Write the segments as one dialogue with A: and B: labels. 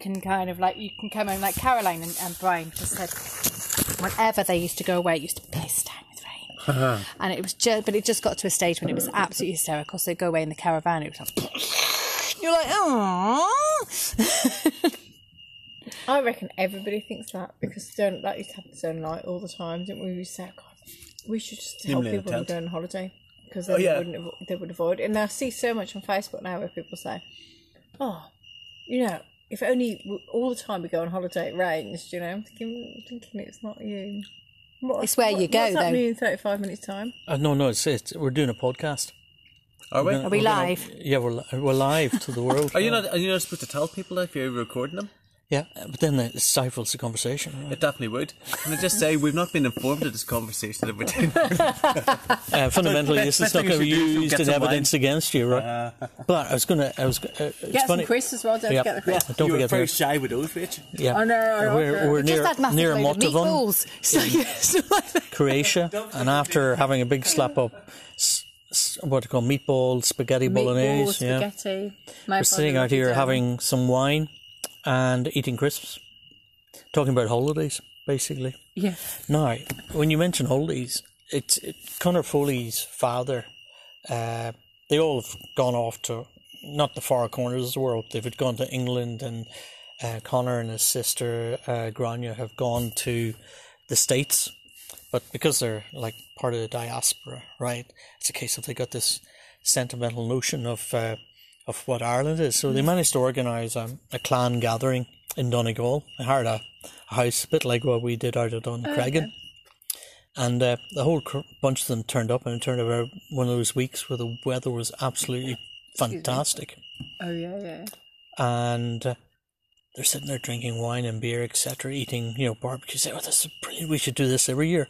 A: can kind of like you can come home like Caroline and, and Brian just said whenever they used to go away it used to piss down with rain and it was just but it just got to a stage when it was absolutely hysterical so they go away in the caravan it was like you're like oh
B: I reckon everybody thinks that because don't like used to happen to Stone Light all the time, didn't we? We said, God, we should just tell
C: Nimbly in the
B: people we're
C: tent.
B: going on holiday because then
C: Oh, yeah.
B: they wouldn't avo- they would avoid. it. And I see so much on Facebook now where people say, "Oh, you know." If only w- all the time we go on holiday, it rains. Do you know? I'm thinking, thinking it's not you. What-
A: It's where you
B: what-
A: go,
B: what's
A: though.
B: happening in thirty-five minutes time.
D: Uh, no, no, it's, it's we're doing a podcast.
C: Are we?
A: are we live
D: Yeah, we're li- we're live to the world.
C: Are you not? Are you not supposed to tell people that if you're recording them?
D: Yeah, but then it stifles the conversation.
C: It definitely would. Can I just say we've not been informed of this conversation that we're doing?
D: Uh, fundamentally,
C: Best-
D: this
C: best
D: is not
C: thing you
D: going to be
C: should do is
D: used
C: get Uh. some
D: in
C: wine.
D: evidence against you, right? but I was going to. I was. go- Uh, it's
B: Get
D: funny.
B: some crisps as well. Don't
D: Yeah.
B: forget the crisps.
D: Don't
C: you were
D: forget
C: very
D: that.
C: shy with those, Rich.
D: Yeah,
B: I know, I
D: We're,
B: know.
D: we're near
A: just had massive
D: near
A: load of
D: Montavon,
A: meatballs it's like, it's like
D: Croatia, and after having a big slap up, s- s- what do you call meatball spaghetti
B: Meatballs,
D: bolognese? yeah,
B: spaghetti. My
D: we're sitting
B: brother
D: out here
B: loves it.
D: having some wine and eating crisps, talking about holidays, basically.
B: Yeah.
D: Now, when you mention holidays, it's it, Connor Foley's father. Uh, they all have gone off to not the far corners of the world. They've gone to England, and uh, Connor and his sister uh, Grania have gone to the states. But because they're like part of the diaspora, right? It's a case of they got this sentimental notion of uh, of what Ireland is. So they managed to organise um, a clan gathering in Donegal. They hired a, a house, a bit like what we did out at Doncragan. And uh, the whole cr- bunch of them turned up, and it turned out one of those weeks where the weather was absolutely fantastic.
B: Oh yeah, yeah.
D: And uh, they're sitting there drinking wine and beer, etc., eating, you know, barbecue. Say, oh, this is brilliant. We should do this every year.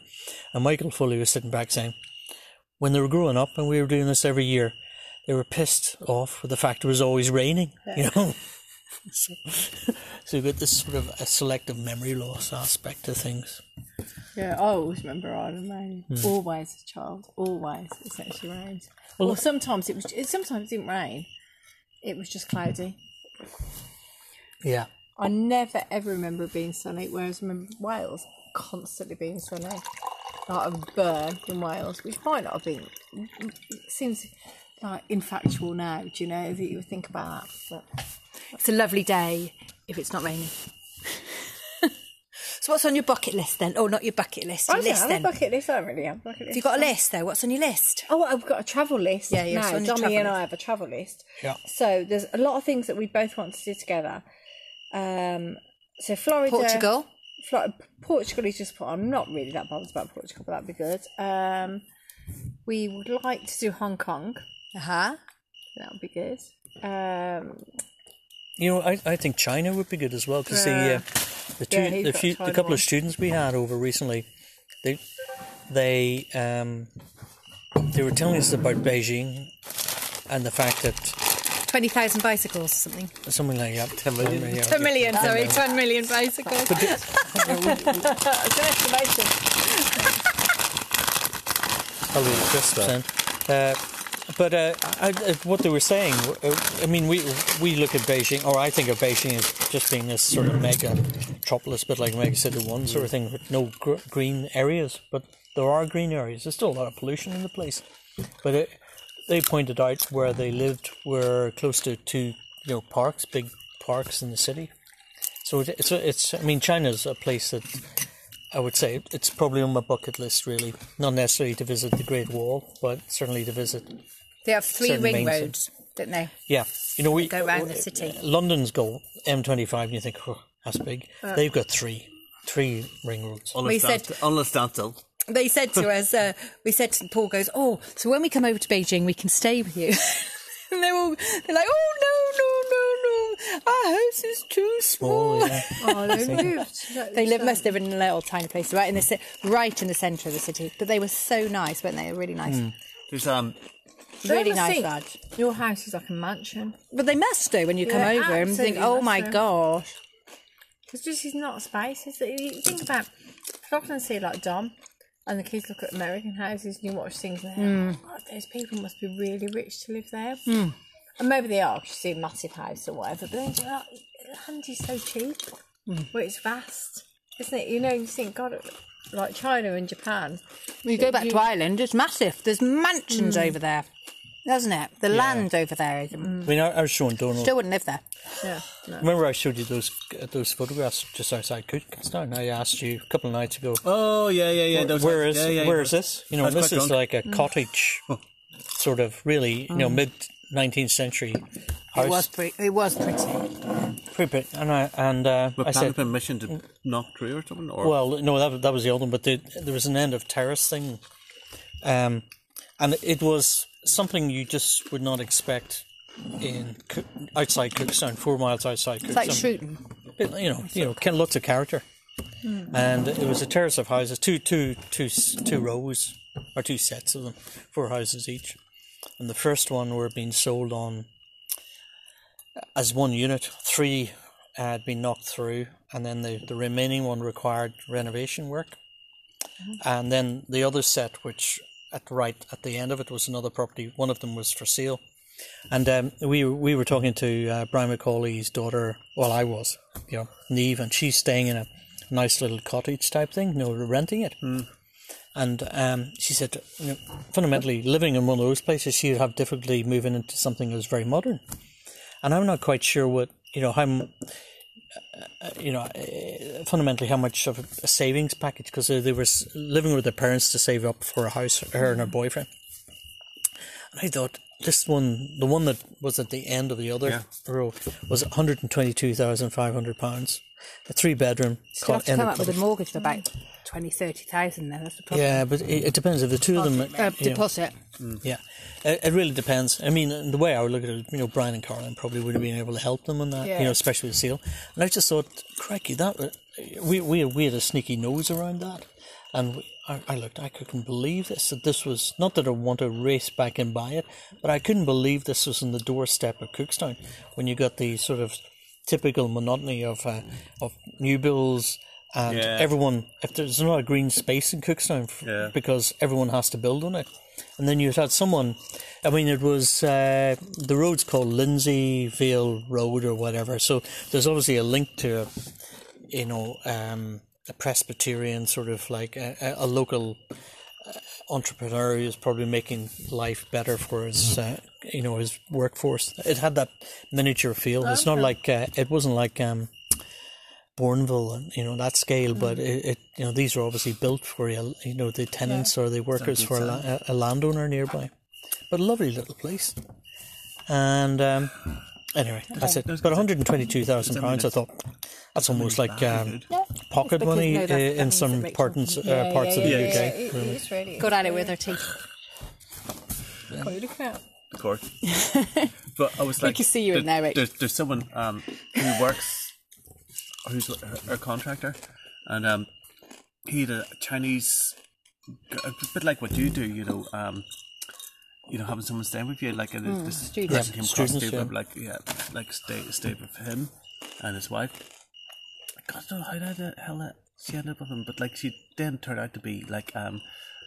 D: And Michael Foley was sitting back saying, when they were growing up and we were doing this every year, they were pissed off with the fact it was always raining, you know. so, so you've got this sort of a selective memory loss aspect to things.
B: Yeah, I always remember Ireland rain. Always as a child, always it actually rained. Well, sometimes it was. It sometimes didn't rain. It was just cloudy.
D: Yeah.
B: I never ever remember it being sunny. Whereas I remember Wales constantly being sunny, like a burn in Wales, which might not have been. It seems like infactual now. Do you know that you would think about that? But
A: it's a lovely day if it's not raining so what's on your bucket list then oh not your bucket list your
B: I don't know,
A: list
B: I'm
A: then
B: a bucket list. I don't really am. Bucket list.
A: have you got a list though what's on your list
B: Oh, I've got a travel list.
A: Yeah, yeah, it's
B: Now,
A: on your
B: Dommy
A: travel
B: and
A: list.
B: I have a travel list.
D: Yeah.
B: So there's a lot of things that we both want to do together. Um, so Florida,
A: Portugal.
B: Flo- Portugal is just. I'm not really that bothered about Portugal, but that'd be good. Um, we would like to do Hong Kong.
A: Uh huh.
B: That would be good. Um,
D: You know, I, I think China would be good as well because
B: Yeah.
D: the uh, the two
B: he's
D: the
B: got
D: few the
B: China
D: couple
B: on.
D: of students we had over recently, they they um they were telling us about Beijing and the fact that
A: 20,000 bicycles or something.
D: something like that. Ten million. Yeah,
A: 10 million, sorry, 10 million bicycles.
B: it's an estimation.
D: probably crisp percent. Uh, but uh, I, I, what they were saying, uh, I mean, we we look at Beijing, or I think of Beijing as just being this sort of mega metropolis, but like mega city one sort of thing, with no gr- green areas. But there are green areas. There's still a lot of pollution in the place. But it, they pointed out where they lived were close to two, you know, parks, big parks in the city. So it, it's it's. I mean, China's a place that I would say it's probably on my bucket list, really. Not necessarily to visit the Great Wall, but certainly to visit.
A: They have three
D: Certain
A: ring
D: main
A: roads, don't they?
D: Yeah, you know we uh,
A: Go round the city.
D: London's got M25, and you think, oh, that's big.
A: Uh.
D: They've got three, three ring roads.
C: Unless
A: said-
C: that- unless that's all.
A: They said to us, uh, we said to Paul, goes, oh, so when we come over to Beijing, we can stay with you. and they're all, they're like, oh, no, no, no, no. Our house is too small.
D: Oh, yeah.
B: Oh, they moved.
A: They live, must live in a little tiny place, right in the ci- right in the centre of the city. But they were so nice, weren't they? Really nice,
C: There's um.
A: really
B: Don't ever
A: nice
B: think
A: lads.
B: Your house is like a mansion.
A: But they must do when you come
B: Yeah,
A: over and think,
B: absolutely
A: oh my
B: must do.
A: gosh,
B: It's just he's not spaces. You think about, I often see like Dom, and the kids look at American houses and you watch things and they're like, God, those people must Mm. be really rich to live there. And maybe they are, 'cause you see a massive house or whatever, but then you're like, Handy's so cheap, but it's vast, isn't it? You know, you think, God, like China and Japan.
A: You Mm. go back to Ireland, it's massive. There's mansions over there, doesn't it? The land over there. Is,
D: I mean, I, I was showing Donald.
A: Still wouldn't live there.
B: Yeah, no.
D: Remember, I showed you those uh, those photographs just outside Kuchenstein. I asked you a couple of nights ago.
C: Oh yeah, yeah, yeah. those-
D: where is
C: yeah, yeah,
D: where
C: yeah.
D: is this? You know,
C: That's
D: this
C: quite
D: is
C: drunk. Oh.
D: like a
A: Mm.
D: cottage, sort of really, you know, mid nineteenth century house.
A: It was pretty. It was pretty.
D: pretty, bit- and I and uh,
C: But
D: I
C: planning
D: said,
C: permission to knock through or something, or
D: well, no, that that was the old one, but the, there was an end of terrace thing, um, and it was something you just would not expect in Coo- outside Cookstown, four miles outside Cookstown.
A: It's like shooting.
D: Bit, you know, you know, kind of lots of character. And it was a terrace of houses, two, two, two, s- two rows or two sets of them, four houses each. And the first one were being sold on as one unit. Three had been knocked through, and then the, the remaining one required renovation work. And then the other set, which at the right at the end of it was another property. One of them was for sale. And um, we we were talking to uh, Brian McCauley's daughter. Well, I was, you know, Neve, and she's staying in a nice little cottage type thing. You know, renting it. And um, she said, you know, fundamentally, living in one of those places, she'd have difficulty moving into something that was very modern. And I'm not quite sure what you know how, m- uh, you know, uh, fundamentally how much of a savings package because they, they were s- living with their parents to save up for a house, her and her boyfriend. And I thought this one, the one that was at the end of the other
C: Yeah.
D: row, was one hundred and twenty-two thousand five hundred pounds, a three-bedroom.
A: You have
D: cot-
A: to
D: end
A: come
D: of
A: up with a
D: cottage.
A: mortgage of about twenty, thirty thousand. Then that's the problem.
D: Yeah, but it, it depends if the two of them.
A: Uh,
D: you know,
A: deposit.
D: yeah, it, it really depends. I mean, and the way I would look at it, you know, Brian and Carlin probably would have been able to help them on that, you know,
B: Yeah.
D: especially with Seal. And I just thought, crikey, that uh, we we we had a sneaky nose around that, and we, I, I looked, I couldn't believe this. That this was not that I want to race back and buy it, but I couldn't believe this was on the doorstep of Cookstown when you got the sort of typical monotony of uh, of new bills. And
C: Yeah.
D: everyone, if there's not a green space in Cookstown, f-
C: Yeah.
D: because everyone has to build on it. And then you had someone, I mean, it was uh, the road's called Lindsay Vale Road or whatever. So there's obviously a link to, a, you know, um, a Presbyterian sort of like a, a a local uh, entrepreneur who's probably making life better for his, uh, you know, his workforce. It had that miniature feel. It's not like uh, it wasn't like. Um, Bourneville and you know that scale, but it, it you know these are obviously built for you you know the tenants or the workers for a, la- a- a landowner nearby. But a lovely little place, and um, anyway, that's it. But one hundred and twenty-two thousand pounds, I thought that's almost like um, pocket
A: because,
D: money
A: no,
D: uh,
A: that- that
D: in
A: means
D: some
A: it makes
D: parts uh,
B: Yeah,
D: parts
B: yeah,
D: of
B: yeah,
D: the
B: yeah,
D: UK.
B: it- it is really.
A: Got at it with her teeth.
B: What are you looking at?
C: of course. but I was like,
A: could see you in there, Rach.
C: There's, there's someone um, who works, who's her, her contractor, and um, he had a Chinese, a bit like what you do, you know, um, you know, having someone stay with you, like
A: Hmm,
C: and this
A: students.
C: person came across
D: Students,
C: to
D: yeah.
C: him, like yeah, like stay stay with him and his wife. God, I don't know how the hell that she ended up with him, but like she then turned out to be like um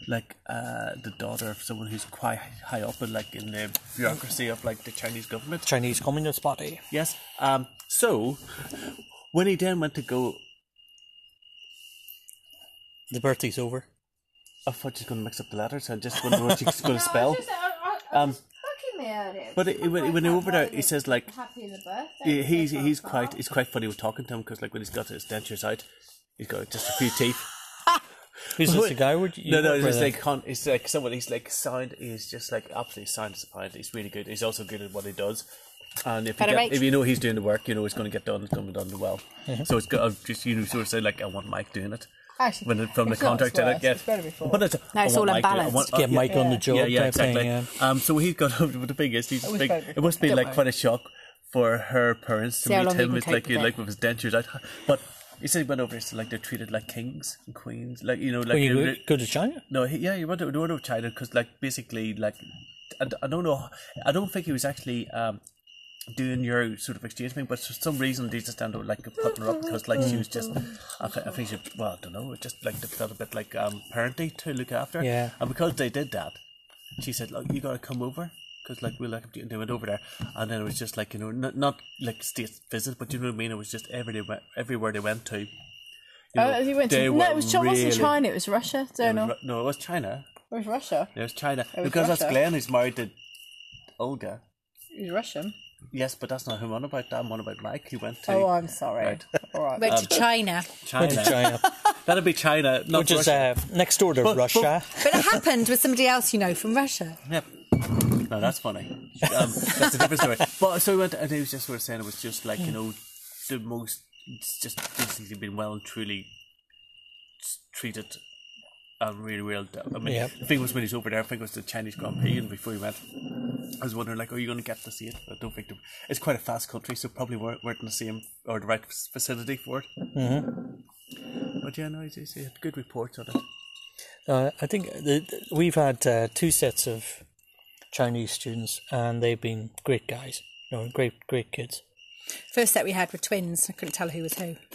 C: like uh the daughter of someone who's quite high up in like in the bureaucracy of like the Chinese government.
D: Chinese Communist Party.
C: Yes. Um. So when he then went to go,
D: The birthday's over.
C: I thought she was going to mix up the letters. I just wonder what she's going to spell. Um. But it, it, when, when he over there, he says like
B: Happy in the birthday.
C: Yeah, he's he's quite he's quite funny with talking to him because like when he's got his dentures out, he's got just a few teeth.
D: Who's this the guy? Would you
C: no, no,
D: work
C: it's
D: with
C: just
D: then?
C: like con- it's like someone. He's like sound. He's just like absolutely sound as a pint. He's really good. He's also good at what he does. And if you,
A: Better
C: get,
A: make-
C: if you know he's doing the work, you know it's going to get done. It's going to be done well.
D: Mm-hmm.
C: So it's good. I've just you know sort of say like I want Mike doing it.
B: Actually,
C: when it, from the
B: it's not as
C: contract that I
B: worse,
C: get,
B: it's better before.
C: But it's,
A: No, it's
C: I want
A: all
C: Mike doing it. I
A: unbalanced.
C: want-
D: get
C: yeah.
D: Mike on the job.
C: Yeah, yeah,
D: type thing,
C: exactly.
D: yeah.
C: Um, so he's got over. But the thing is, he's
B: was
C: big,
B: very good.
C: it must be
B: Don't
C: like
B: worry.
C: quite a shock for her parents to
A: See how
C: meet
A: long
C: him.
A: he
C: It's
A: can
C: like
A: take
C: you
A: with
C: like
A: it.
C: with his dentures out. But he said he went over there, so like they're treated like kings and queens. Like you know, like
D: Well, you
C: they-
D: go, go to China.
C: no, he, yeah, he went to, he went to China because, like, basically, like, I, d- I don't know, I don't think he was actually um, doing your sort of exchange thing, but for some reason they just ended up like putting her up because, like, she was just, I, thi- I think she, well, I don't know, it just like they felt a bit like um, parenting to look after.
D: Yeah.
C: And because they did that, she said, "Look, you got to come over." Because like we like they went over there, and then it was just like you know not not like state visit, but you know what I mean. It was just everywhere they went, everywhere they went to. you know,
B: Oh, you went
C: they
B: to, no,
C: were
B: it was, Chi- wasn't
C: really-
B: China, it was Russia.
C: it
B: Don't
C: was
B: know.
C: Ru- No, it was China.
B: It was Russia.
C: It was China
B: was
C: because that's
B: Russia.
C: Glenn who's married to Olga.
B: It was Russian.
C: Yes, but that's not who I'm on about. I'm on about Mike. He went to
B: Oh, I'm sorry.
C: Right.
B: All right.
D: Um,
A: Went to China.
D: Went
C: China.
D: to China,
C: That'd be China, not
D: which is
C: Russia.
D: uh, next door to Russia.
A: But it happened with somebody else you know from Russia.
C: Yep. No, that's funny. Um, that's a different story. But so we went, and he was just sort of saying it was just like you know the most. It's just basically been well and truly s- treated. Um, really, real. I mean,
D: Yeah.
C: the thing was when he's over there. I think it was the Chinese Grand Prix, and before he went, I was wondering like, are you going to get to see it? I don't think they- it's quite a fast country, so probably weren't, weren't in the same or the right f- facility for it. Mm-hmm. But yeah, no, he's, he's he had good reports on it.
D: Uh, I think the, the- we've had uh, two sets of Chinese students, and they've been great guys. You know, great, great kids.
A: First set we had were twins. I couldn't tell who was who.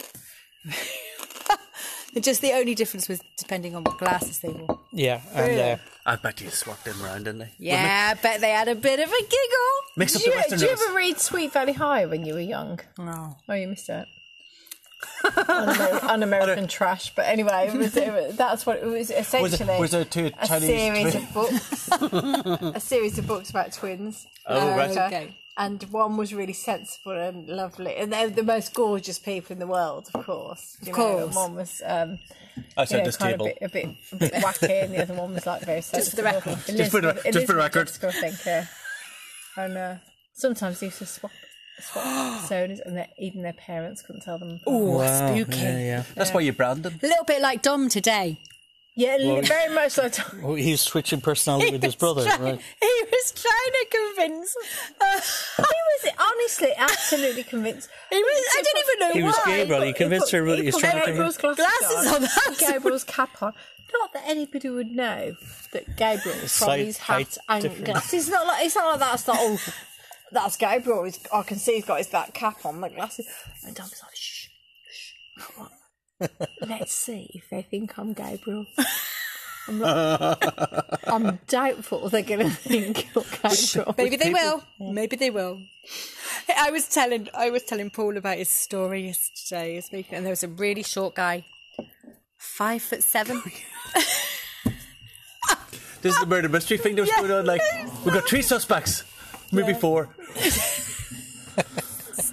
A: Just the only difference was depending on what glasses they wore.
D: Yeah, and uh,
C: I bet you swapped him around, didn't they?
A: Yeah, I bet they had a bit of a giggle.
C: Mix up
B: Did
C: the
B: you,
C: Western
B: did you
C: Isles.
B: ever read Sweet Valley High when you were young?
A: No.
B: Oh, you missed it. Un American trash. But anyway, it was, it was, that's what it was essentially.
C: was there two
B: a
C: Chinese
B: series
C: twins?
B: of books? a series of books about twins.
C: Oh, right.
A: Okay.
B: And one was really sensible and lovely, and they're the most gorgeous people in the world, of course. Of
A: course.
B: one was um,
C: I said
B: you know,
C: this
B: kind
C: table.
B: of a bit, a bit, a bit wacky, and the other one was like very sensible.
A: for the record.
B: Elizabeth-
C: for the- just for the
B: Elizabeth
C: record.
B: Dexter, I think, yeah. And uh, sometimes they used to swap, swap personas, and their- even their parents couldn't tell them. apart.
A: Oh,
D: wow,
A: spooky.
D: Yeah, yeah.
C: That's why you brand them.
A: A little bit like Dom today.
B: Yeah, li- very much like.
D: Oh, he's switching personality with his brother.
A: Trying-
D: Right?
A: He was trying to convince. Uh, he
B: He was honestly absolutely convinced.
A: He was- I don't even know
D: He was
A: why.
D: Gabriel. He convinced everybody he was trying to
B: Gabriel's glasses,
A: Glasses on, that's-
B: on. Gabriel's cap on. Not that anybody would know that Gabriel is from
D: Slight
B: his
D: height
B: hat and
D: difference.
B: glasses. It's not like it's not like that's not all. That's Gabriel. He's, I can see he's got his that cap on, the glasses. And Dom's like, shh, shh. Let's see if they think I'm Gabriel. I'm, like, I'm doubtful they're going to think you're Gabriel.
A: Maybe they will. Maybe they will. I was telling I was telling Paul about his story yesterday. He was making, and there was a really short guy, five foot seven.
C: This is the murder mystery thing that was
A: Yeah.
C: going on. Like, we've got three suspects, maybe four.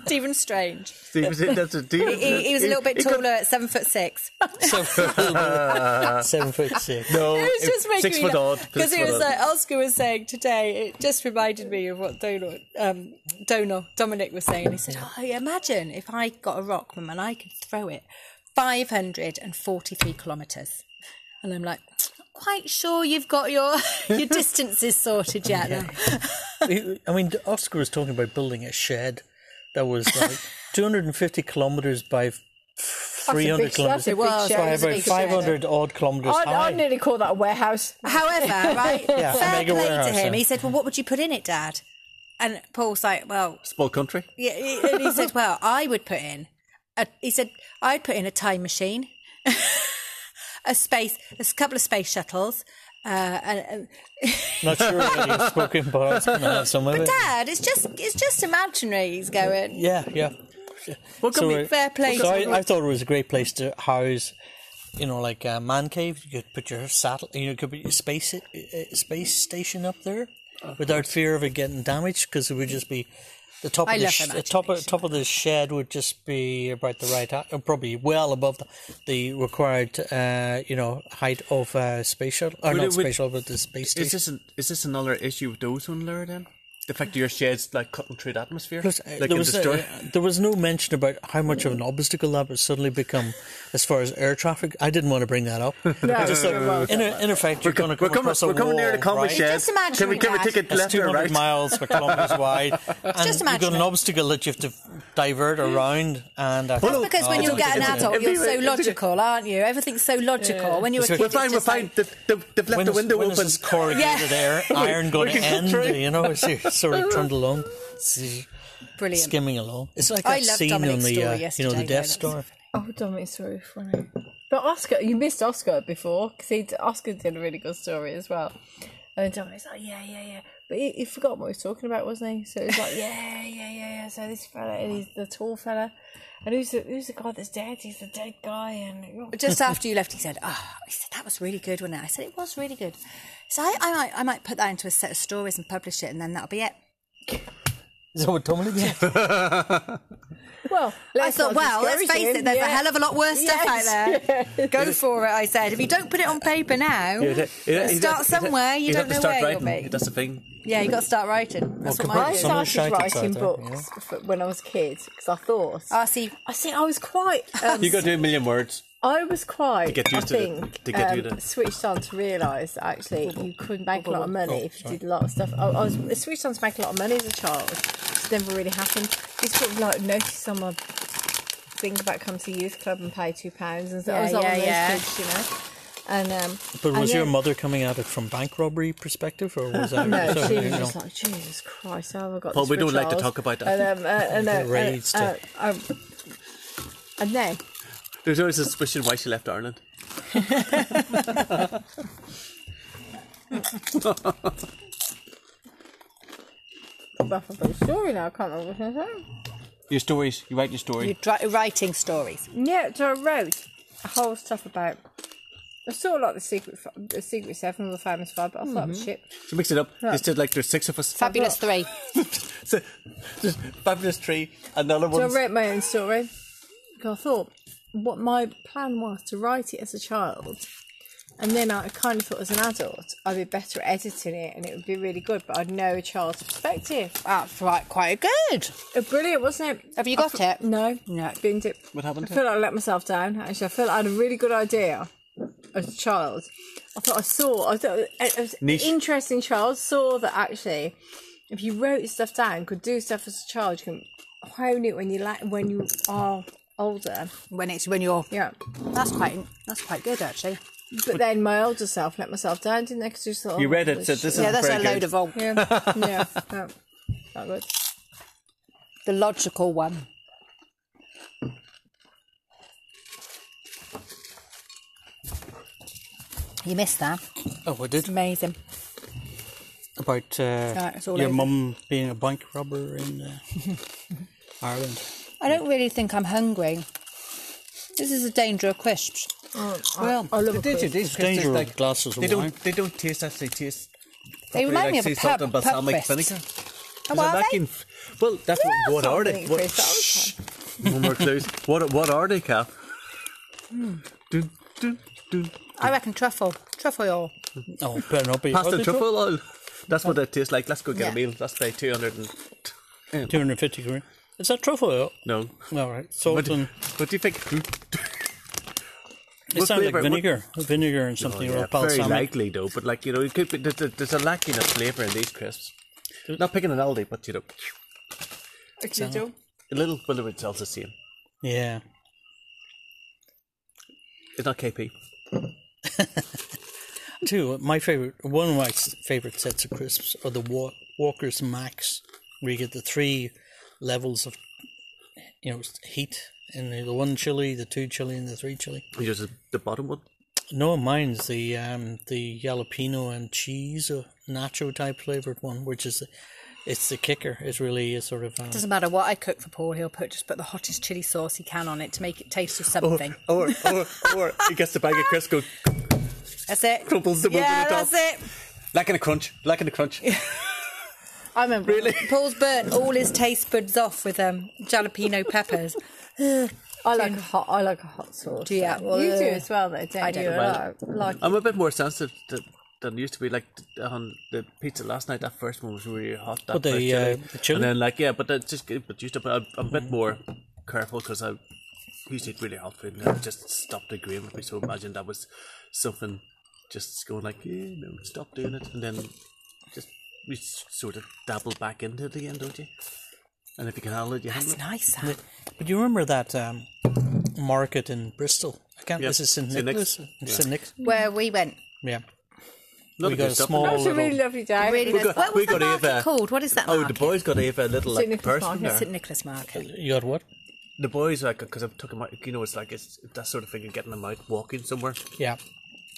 A: Stephen Strange.
C: See, was it- that's a
A: He, he, he was a little bit taller, at seven foot six.
D: Seven foot six.
C: No,
A: It was just making
C: six
A: me
C: foot odd.
A: because
C: six
A: he
C: foot
A: was
C: odd.
A: like Oscar was saying today. It just reminded me of what Donal, um, Donal Dominic was saying. He said, "Oh, imagine if I got a rock, mum, and I could throw it five hundred and forty-three kilometres." And I'm like, "Not "Quite sure you've got your your distances sorted yet."
D: He- I mean, Oscar was talking about building a shed that was like 250 kilometers by f- 300 kilometers.
A: It was,
B: It
A: by
D: By
A: that's a
D: about
A: big shed.
D: 500 odd kilometers
B: I,
D: high.
B: I nearly call that a warehouse.
A: However, right,
D: Yeah, a
A: fair
D: mega
A: play
D: warehouse,
A: to him.
D: yeah.
A: He said, "Well, what would you put in it, Dad?" And Paul's like, "Well,
C: Small country.
A: Yeah, he- and he said, "Well, I would put in." A, he said, "I'd put in a time machine, a space, a couple of space shuttles." Uh, and, and
D: Not sure what he's spoken, but I was going to have some of it.
A: Dad, it's just it's just imaginary. He's going.
D: Yeah, yeah.
A: What
D: So, uh,
A: fair play?
D: So
A: to-
D: I, I thought it was a great place to house, you know, like a man cave. You could put your satellite, you know, could put your space uh, space station up there without fear of it getting damaged because it would just be the top
A: I
D: of the,
A: love
D: sh- the top of,
A: imagination.
D: top of the shed would just be about the right height, or probably well above the, the required, uh, you know, height of uh, space shuttle or
C: Would
D: not
C: it- would-
D: space shuttle, but the space
C: Is
D: station.
C: this an, is this another issue with the ozone layer then? The fact that your shed's like cutting through the atmosphere,
D: Plus, uh,
C: like
D: there
C: in
D: was
C: the
D: uh,
C: story.
D: there was no mention about how much of an obstacle that would suddenly become as far as air traffic. I didn't want to bring that up. I just thought, in, a- in effect, you're going to come
C: we're coming,
D: across a
C: we're coming
D: wall,
C: near the common
D: right?
C: shed.
A: Just imagine
C: Can we, can we
A: that.
C: take it
D: It's
C: left or
D: 200
C: right?
D: miles for kilometers wide, and
A: Just
D: you've got
A: imagine
D: an
A: it.
D: obstacle that you have to divert
C: Mm.
D: around. And I thought,
A: because when
D: oh,
A: you get an
D: it's-
A: adult,
C: If
A: you're
C: you-
A: so
C: if you-
A: logical, aren't you? Everything's so logical. When you're a
D: It's
A: kid,
D: okay.
C: We're
A: it's
C: fine. We're
A: just
C: fine.
A: like-
C: They've, they've, they've left
D: when
C: the
D: is-
C: window
D: when is
C: open.
D: this corrugated air iron going
C: we
D: to
C: can
D: end?
C: go through.
D: You know, as you sort of trundle along, see,
A: brilliant.
D: skimming along. It's like
A: I
D: that
A: loved
D: scene
A: Dominic's
D: on the
A: story
D: uh, you know
A: yesterday,
D: the
A: though,
D: Death
A: that's-
D: Star.
B: Oh, Dom, it's really funny. But Oscar, you missed Oscar before because Oscar did a really good story as well. And Dominic's like, yeah, yeah, yeah. But he, he forgot what he was talking about, wasn't he? So it was like, yeah, yeah, yeah, yeah. So this fella, and he's the tall fella, and who's the who's the guy that's dead? He's the dead guy, and
A: Just after you left, he said, "Oh, he said that was really good, wasn't it?" I said, "It was really good." So I, I might, I might put that into a set of stories and publish it, and then that'll be it.
D: Is that what Dominic did?
B: well,
A: I
B: let's
A: thought,
B: not
A: well, let's
B: discourage
A: face
B: him.
A: it, there's
B: Yeah.
A: a hell of a lot worse stuff out there. Go for it, I said. If you don't put it on paper now, start somewhere. You don't know where you'll be.
C: That's the thing.
A: Yeah, you got to start writing. That's
D: Well,
A: what my
B: I
D: Some of the
B: started
D: shite it's
B: writing
D: out there,
B: books for, when I was a kid because I thought
A: RC.
B: I see. I was quite. Um,
C: You got to do a million words.
B: I was quite.
C: get used
B: I
C: to the-
B: think,
C: to get
B: um,
C: used to-
B: switched on to realise that actually you couldn't make a lot of money if
C: Oh,
B: you did a lot of stuff. I, I was I switched on to make a lot of money as a child. It's never really happened. It's sort of like noticed on my thing about come to youth club and pay two pounds and so I
A: Yeah,
B: was like one of
A: yeah, yeah.
B: those kids, you know. And um,
D: But
B: and
D: was your
B: then-
D: mother coming at it from bank robbery perspective, or was that
B: No,
D: so,
B: she
D: you
B: was
D: know,
B: just like, Jesus Christ, how have I got
C: Paul,
B: this
C: we
B: for
C: don't like to
B: trials?"
C: talk about
B: And,
C: that.
B: um, uh, and, uh,
D: Raised
B: and, uh, um, and then,
C: There's always a suspicion why she left Ireland.
B: well, I've got a story now, I can't remember what I was gonna say.
C: Your stories. You write your story.
A: You're dri- writing stories.
B: Yeah, so I wrote a whole stuff about. I sort of like the secret, F- the secret seven or the famous five, but I thought it was shit.
C: She mixed it up. They said like there's six of us.
A: Fabulous three.
C: So, there's fabulous tree. Another
B: So I
C: one.
B: wrote my own story. 'Cause I thought what my plan was to write it as a child, and then I kind of thought as an adult I'd be better at editing it, and it would be really good. But I'd know a child's perspective.
A: That's right, quite good.
B: Uh, Brilliant, wasn't it?
A: Have you got it?
B: No,
A: No.
B: Binned it.
C: What happened
B: I
C: to
B: feel like I let myself down. Actually, I feel like I had a really good idea as a child. I thought I saw. I thought it was an
C: Niche.
B: interesting child. Saw that actually, if you wrote stuff down, could do stuff as a child. You can hone it when you la- when you are older.
A: When it's when you're
B: Yeah.
A: that's quite that's quite good actually.
B: But then my older self let myself down, didn't I? 'Cause I just thought,
C: You
B: oh,
C: read it,
B: well,
C: said this
B: shit.
A: Yeah,
C: is
A: that's
C: very
A: a load
C: good.
A: of old,
B: Yeah, yeah, no, not good.
A: the logical one. You missed that.
D: Oh, I did
A: Amazing.
D: about
A: No,
D: uh,
A: it's all
D: your
A: over.
D: mum being a bank robber in uh, Ireland.
A: I don't really think I'm hungry. This is a danger of crisps.
D: Well,
B: I love a
C: They do,
B: quiz.
C: they do, 'cause
D: danger
C: they,
D: of
C: like,
D: glasses of
C: they
D: wine.
C: Don't, they don't taste as they taste.
A: They
C: properly,
A: remind
C: like
A: me of
C: sea
A: a
C: salt
A: pub,
C: and
A: pub
C: balsamic
A: crisps.
C: vinegar.
A: Oh,
C: Is it
A: are
C: like
A: they?
C: in- well, that's
B: Yeah,
C: what, what are they?
B: something
C: What,
B: crisps, that was
C: Shh. no more clues. What what are they, Cap?
A: Hmm.
C: Do, do, do.
A: I reckon truffle, truffle oil.
D: Oh, better not be.
C: Pasta and truffle oil. That's what it tastes like. Let's go get
A: Yeah.
C: a meal. Let's pay two hundred and
D: Two hundred fifty grand. Is that truffle oil?
C: no.
D: All right, salt
C: What,
D: and
C: what do you think? Hmm?
D: it
C: What
D: sounds
C: flavour- what-
D: like vinegar, vinegar and something or
C: Yeah,
D: a
C: very
D: balsamic.
C: likely though, but like you know, it could be, there- there- there's a lacking of flavour in these crisps. Not picking an Aldi, but you know,
B: What do you do?
C: a little bit of it's all the same.
D: Yeah,
C: It's not KP.
D: two. My favorite, one of my s- favorite sets of crisps are the Wa- Walker's Max, where you get the three levels of, you know, heat. And the one chili, the two chili, and the three chili.
C: You just the bottom one.
D: No, mine's the um the jalapeno and cheese uh, nacho type flavored one, which is it's the kicker. It's really a sort of um,
A: Doesn't matter what I cook for Paul, he'll put just put the hottest chili sauce he can on it to make it taste of
C: Oh,
A: something.
C: Or or or he oh. gets the bag of crisps, go
A: That's it.
C: Crumples the one
A: yeah,
C: on the top.
A: that's it.
C: lacking a crunch, lacking a crunch.
B: I remember. Really?
A: Paul's burnt all his taste buds off with um, jalapeno peppers.
B: I like a hot. I like a hot sauce.
A: Do you?
B: though.
A: Well,
B: you do
A: uh,
B: as well, though, don't
A: I don't
B: you?
C: mind.
B: Like, like
C: I'm a bit more sensitive to, than used to be. Like t- on the pizza last night, that first one was really hot. That
D: But the,
C: first
D: uh, the chili?
C: and then like yeah, but that's just good, but used to. But I'm, I'm a bit more careful because I used to eat really hot food, and it just stopped agreeing with me. So imagine that was something just going like, yeah, no, stop doing it, and then just we s- sort of dabble back into it again, don't you? And if you can handle it, you handle
A: It's
C: it.
A: nice. That.
D: But you remember that um, market in Bristol? I can't.
C: Yep.
D: Is it St
C: St. Nick's.
D: Nicholas? St Nick's.
A: Where we went.
D: Yeah.
C: Not
D: We
C: a
D: got
C: good
D: a
C: stuff.
B: that
D: small-
B: was a really
D: little-
B: lovely day.
A: Really
C: We
A: nice.
C: got-
A: What
C: we
A: was the
C: got
A: market
C: Ava.
A: called? What is that
C: Oh, the
A: market?
C: boys got Ava a little
B: St.
C: like
B: Nicholas
C: person
B: Market,
C: there.
A: St Nicholas Market.
D: You got what?
C: The boys, like, because I've took them out, you know, it's like it's that sort of thing, of getting them out walking somewhere.
D: Yeah.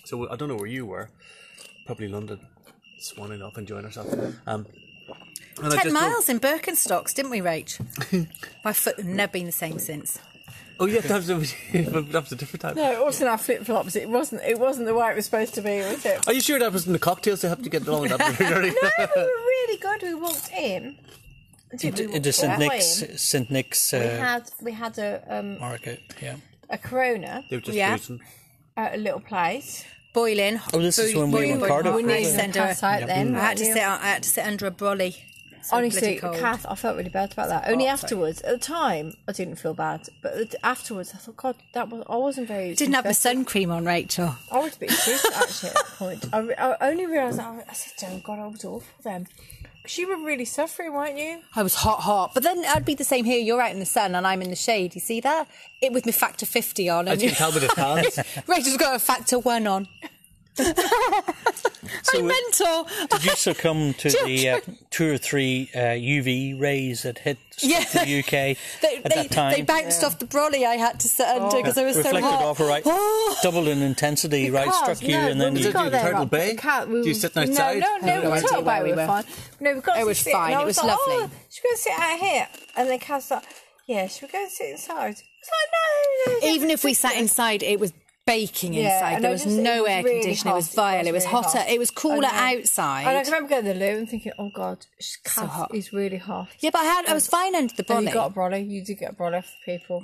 C: So I don't know where you were, probably London. swanning off, enjoying herself. Um, and I
A: Ten
C: just know-
A: miles in Birkenstocks, didn't we, Rach? My foot have never been the same since.
C: oh yeah, that was, that was a different time.
B: No, it wasn't our flip flops. It wasn't. It wasn't the way it was supposed to be, was it?
C: Are you sure that was in the cocktails they have to get along with that?
B: no, we were really good. We walked in. Did we walk-
D: It is St
B: walk
D: Nick's
A: uh,
B: in?
D: St Nick's
B: We
D: uh,
B: had we had a um,
D: market. Yeah.
B: a Corona
C: They were just
A: Yeah.
C: cruising.
B: at a little place.
A: Boiling.
D: Oh, this is when we were in Cardiff,
A: We
D: wasn't it?
A: send her.
B: Outside then,
A: I had to
B: weren't
A: sit.
B: you?
A: I had to sit under a brolly. So bloody
B: Honestly,
A: cold.
B: Kath, I felt really bad about that. Only
A: Oh, sorry.
B: afterwards, at the time, I didn't feel bad, but at- afterwards, I thought, God, that was I wasn't very.
A: didn't have my
B: impressed.
A: sun cream on, Rachel.
B: I was a bit pissed actually at that point. I, re- I only realised I, was- I said, "Oh God, I was awful then." 'Cause you were really suffering, weren't you?
A: I was hot, hot. But then I'd be the same here. You're out in the sun and I'm in the shade. You see that? It with my factor 50 on.
C: I
A: And
C: can tell with his hands.
A: Rachel's got a factor one on. I'm mental.
D: Did you succumb to the uh, two or three uh, UV rays that hit
A: Yeah.
D: the UK
A: They,
D: at
A: they,
D: that time?
A: they bounced off the brolly I had to sit under because I was so
D: reflected
A: hot.
D: off a right,
A: Oh.
D: doubled in intensity, right,
B: Cars,
D: struck you,
B: no,
D: and then
B: we
D: you.
C: did
B: got
C: you
B: there,
C: Turtle
B: right,
C: Bay?
B: we can't- we
C: Do you
B: were-
C: sit outside?
B: No, no,
C: No,
B: no.
A: no,
B: We
A: I
B: talked
A: did
B: about
A: where
B: we
A: we
B: were
A: were.
B: fine. No, we got.
A: It
B: to
A: was
B: sit,
A: fine,
B: and I
A: it
B: was
A: was
B: like,
A: lovely.
B: Oh, should we go sit out here? And then Kath's like, "Yeah, should we go sit inside?" It's like, "No, no, no."
A: Even if we sat inside, it was baking
B: Yeah,
A: inside.
B: and
A: There
B: I
A: was
B: just- it
A: no
B: was
A: air
B: really
A: conditioning. It was
B: hot. It
A: vile.
B: was
A: It was
B: really
A: hotter.
B: hot.
A: It was cooler
B: I know.
A: outside.
B: And I can remember going to the loo and thinking, "Oh God, sh- Kath
A: hot.
B: is really hot."
A: yeah, but I had. I was fine under the
B: And
A: brolly.
B: you got a brolly. You did get a brolly for people.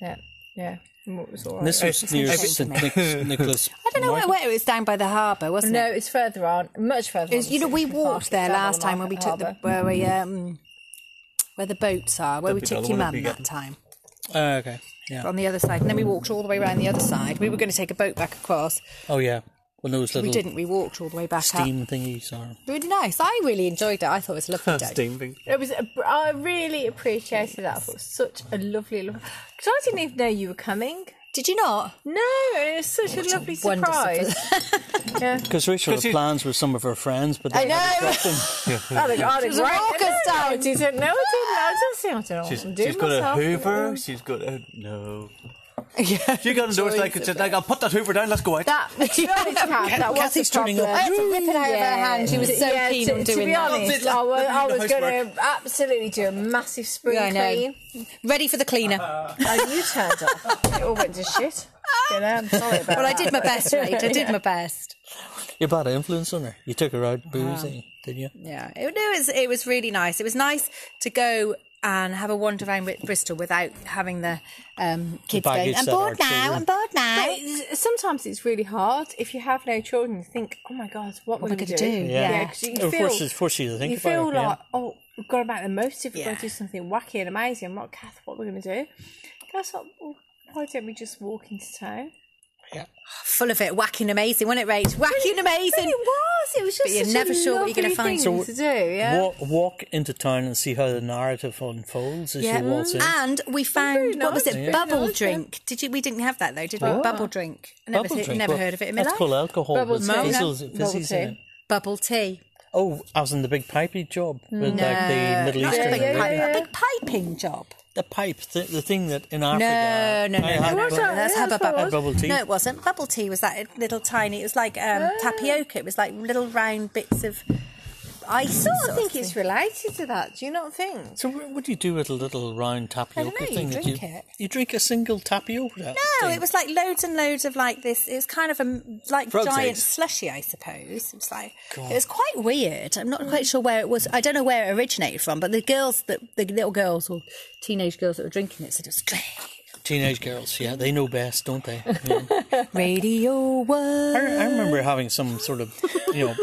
B: Yeah, yeah. And it was all right.
D: This was near
A: Every-
D: St Nick's, Nicholas.
A: I don't know where,
D: Market.
A: where it was down by the harbour, wasn't
B: Oh, No,
A: it?
B: it's further on, much further.
A: It was,
B: on.
A: you know, we
B: It's
A: walked
B: not-
A: there
B: it's not
A: last
B: on
A: time when we took the
B: Market
A: where we um where the boats are, where we
C: That'd be
A: took
C: another
A: your
C: one I'd
A: mum
C: be
A: that
C: getting.
A: time
D: Oh, okay. Yeah.
A: on the other side, and then we walked all the way around the other side. We were going to take a boat back across.
D: Oh, yeah. One of those
A: We
C: Hmm.
D: little
A: didn't. We walked all the way back up.
D: steam thingies. Or...
A: Really nice. I really enjoyed it. I thought it was a lovely day.
C: Steam thing.
B: Harbour. It was. A, br- I really appreciated that. I thought it was such a lovely, lovely. Because I didn't even know you were coming.
A: Did you not?
B: No, and it was such a lovely
A: Wonderful.
B: surprise. yeah,
D: Because Rachel had plans with some of her friends, but
A: I
D: they had
A: know.
B: I had a- I had a
A: was an
B: great-
A: orchestra
B: No, no, I
A: time.
B: didn't. No, I didn't. I didn't see. I don't know.
C: She's,
B: what I'm doing
C: she's got a
B: myself.
C: Hoover. She's got a no.
A: yeah.
C: She got endorsed like it's like I'll put that Hoover down. Let's go out.
B: That, to be honest, Kath, that was
D: Kathy's
B: the
D: turning up.
B: problem.
A: I had to rip it out of her hand. She was so
B: Yeah,
A: keen
B: to,
A: on
B: to
A: doing
B: be
A: that.
B: honest,
C: Lovely,
B: I was, I
C: lovely
B: was
C: housework.
B: going to absolutely do a massive spring
A: Yeah, I know. Oh,
B: clean,
A: Ready for the cleaner.
B: and you turned up. It all went to shit. You know, I'm sorry about
A: well, I
B: that.
A: did my best, right? I did my best.
D: You're bad influence on her. You took her
A: Uh-huh.
D: out boozing, did you?
A: Yeah, it, no, it was it was really nice. It was nice to go and have a wander around with Bristol without having the um, kids going.
D: baggage
A: I'm
D: that
A: bored
D: our
A: now.
D: children-
A: I'm bored now.
B: But it's- sometimes it's really hard if you have no children. You think, oh my god, what,
A: What
B: am I
A: am I
B: going to do?
A: gonna do? Yeah.
B: Yeah, 'cause you
D: Oh, Of course,
B: feel-
D: it's for she to think
B: you
D: about
B: feel
D: it, yeah.
B: like, oh, we've got to make the most of it. We've got
A: Yeah.
B: to do something wacky and amazing. I'm like, Kath, what are we going to do? And I was like, well, why don't we just walk into town?
A: Full of it, whacking amazing, wasn't it, Rach? Whacking amazing.
B: But it was. It was just.
A: you're
B: such
A: never
B: a
A: sure what you're gonna
B: lovely
A: find.
B: thing to do. Yeah.
D: Walk, walk into town and see how the narrative unfolds as you waltz in.
A: And we found
B: Very
A: what was
B: nice,
A: it?
B: very
A: Bubble
B: nice, yeah.
A: drink. Did you? We didn't have that though, did we? Bubble drink. I Never,
D: Bubble
A: heard-
D: drink,
A: never
D: well,
A: heard of it in my
D: That's
A: life.
D: called alcohol.
B: Bubble
D: but
B: tea.
D: it's fizz-
B: Bubble
D: fizzies in
B: tea.
D: it.
A: Bubble tea.
D: Oh, I was in the big pipey job with like the Middle
A: Not a
D: Eastern.
A: big,
D: lady.
A: pipe,
B: yeah,
A: a
B: yeah.
A: big piping job.
D: The pipe, the, the thing that in Africa.
A: No, no, no,
D: I
A: no,
D: had
A: no, no,
D: bu-
B: that?
A: That's
B: Yeah,
A: hubba
B: that's what
A: bubba.
D: it was. Bubble tea.
A: No, it wasn't. Bubble tea was that little tiny. It was like um, tapioca. It was like little round bits of ice.
B: I
A: sort
B: don't
A: of
B: think
A: thing.
B: it's related to that. Do you not think?
D: So wh- what do you do with a little round tapioca
A: know, you
D: thing? that
A: drink it.
D: You drink a single tapioca. No,
A: No, it was like loads and loads of like this. It was kind of a like
D: Frog
A: giant
D: legs.
A: slushy, I suppose. It was like it was quite weird. I'm not quite sure where it was. I don't know where it originated from, but the girls, that the little girls or teenage girls that were drinking it said it was great.
D: Teenage girls, yeah, they know best, don't they? Yeah.
A: Radio
D: I,
A: World.
D: I remember having some sort of, you know,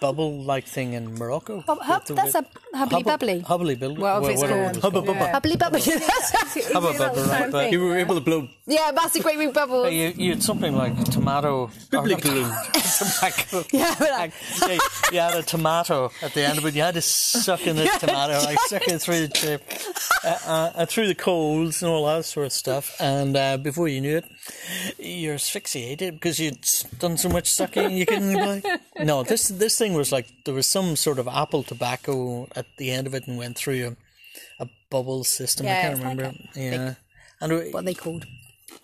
D: bubble-like thing in Morocco.
A: Bub- hub-
D: With the-
A: that's a hubbly bubbly.
D: Hubbly bubbly.
A: Well, if it's
D: whatever it
A: called-
D: was called.
A: Bubbly bubbly.
D: Hubba bubba, right, but-
C: You were able to blow.
A: yeah, that's a great big bubble.
D: But you, you had something like tomato. or not tomato.
A: Yeah, but I-
D: yeah, you had a tomato at the end of it. You had to suck in this tomato, like suck it through the chip, uh, uh, and through the coals and all that sort of stuff. And uh, before you knew it, you're asphyxiated because you'd s- done so much sucking. You couldn't. Like, no, this this thing was like there was some sort of apple tobacco at the end of it, and went through a, a bubble system.
A: Yeah,
D: I can't
A: it's like
D: remember.
A: a
D: yeah,
A: what
D: and
A: are
D: we-
A: they called?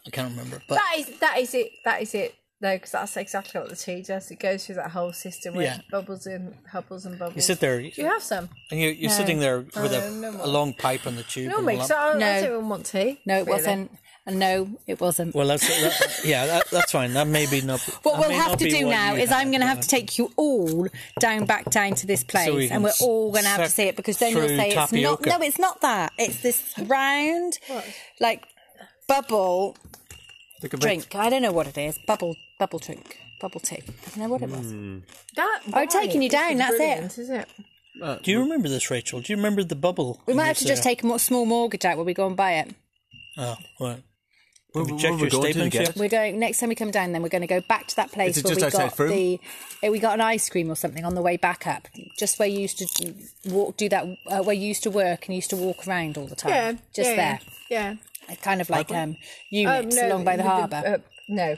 D: I can't remember. But
B: That is that is it. That is it. No, because that's exactly what the tea does. It goes through that whole system where
D: Yeah.
B: it bubbles in, bubbles and bubbles.
D: You sit there
B: Do you have some?
D: and you're, you're
A: No. Uh,
D: sitting there with a,
B: no more.
D: a long pipe on the tube.
B: No,
D: and a
B: mate, 'cause
D: lamp.
B: I, I
A: No.
B: don't even want tea.
A: No, it
B: really.
A: wasn't. And no, it wasn't.
D: Well, that's that, yeah, that, that's fine. That may be not.
A: what
D: that
A: we'll
D: may
A: have
D: not
A: to
D: be
A: do
D: what
A: now
D: you
A: is I'm going to have to take you all down back down to this place,
D: we can
A: and we're all going to have to
D: suck
A: see it because then you'll
D: through
A: say it's not.
D: tapioca.
A: No, it's not that. It's this round, like bubble
D: Think about-
A: drink. I don't know what it is. Bubble bubble drink. Bubble tea. I don't know what it was.
D: Hmm.
B: That,
A: I've taken you
B: This
A: down,
B: is
A: that's it.
B: brilliant, is it?
D: Do you remember this, Rachel? Do you remember the bubble? uh,
A: We might have to just take a mo- small mortgage out when we go and buy it.
D: Oh, right.
C: Where-
D: Have you
C: where
D: checked
C: we going
D: your
C: to
D: statements
C: get
D: yet?
C: it?
A: We're going next time we come down. Then we're going to go back to that place
C: Is it
A: where
C: just
A: we
C: outside
A: got
C: Froome?
A: the. eh, We got an ice cream or something on the way back up, just where you used to walk, do that, uh, where you used to work and you used to walk around all the time.
B: Yeah,
A: just
B: yeah,
A: there,
B: Yeah.
A: It's kind of like um,
B: Oh,
A: units
B: no,
A: along by the, harbour,
B: uh, no.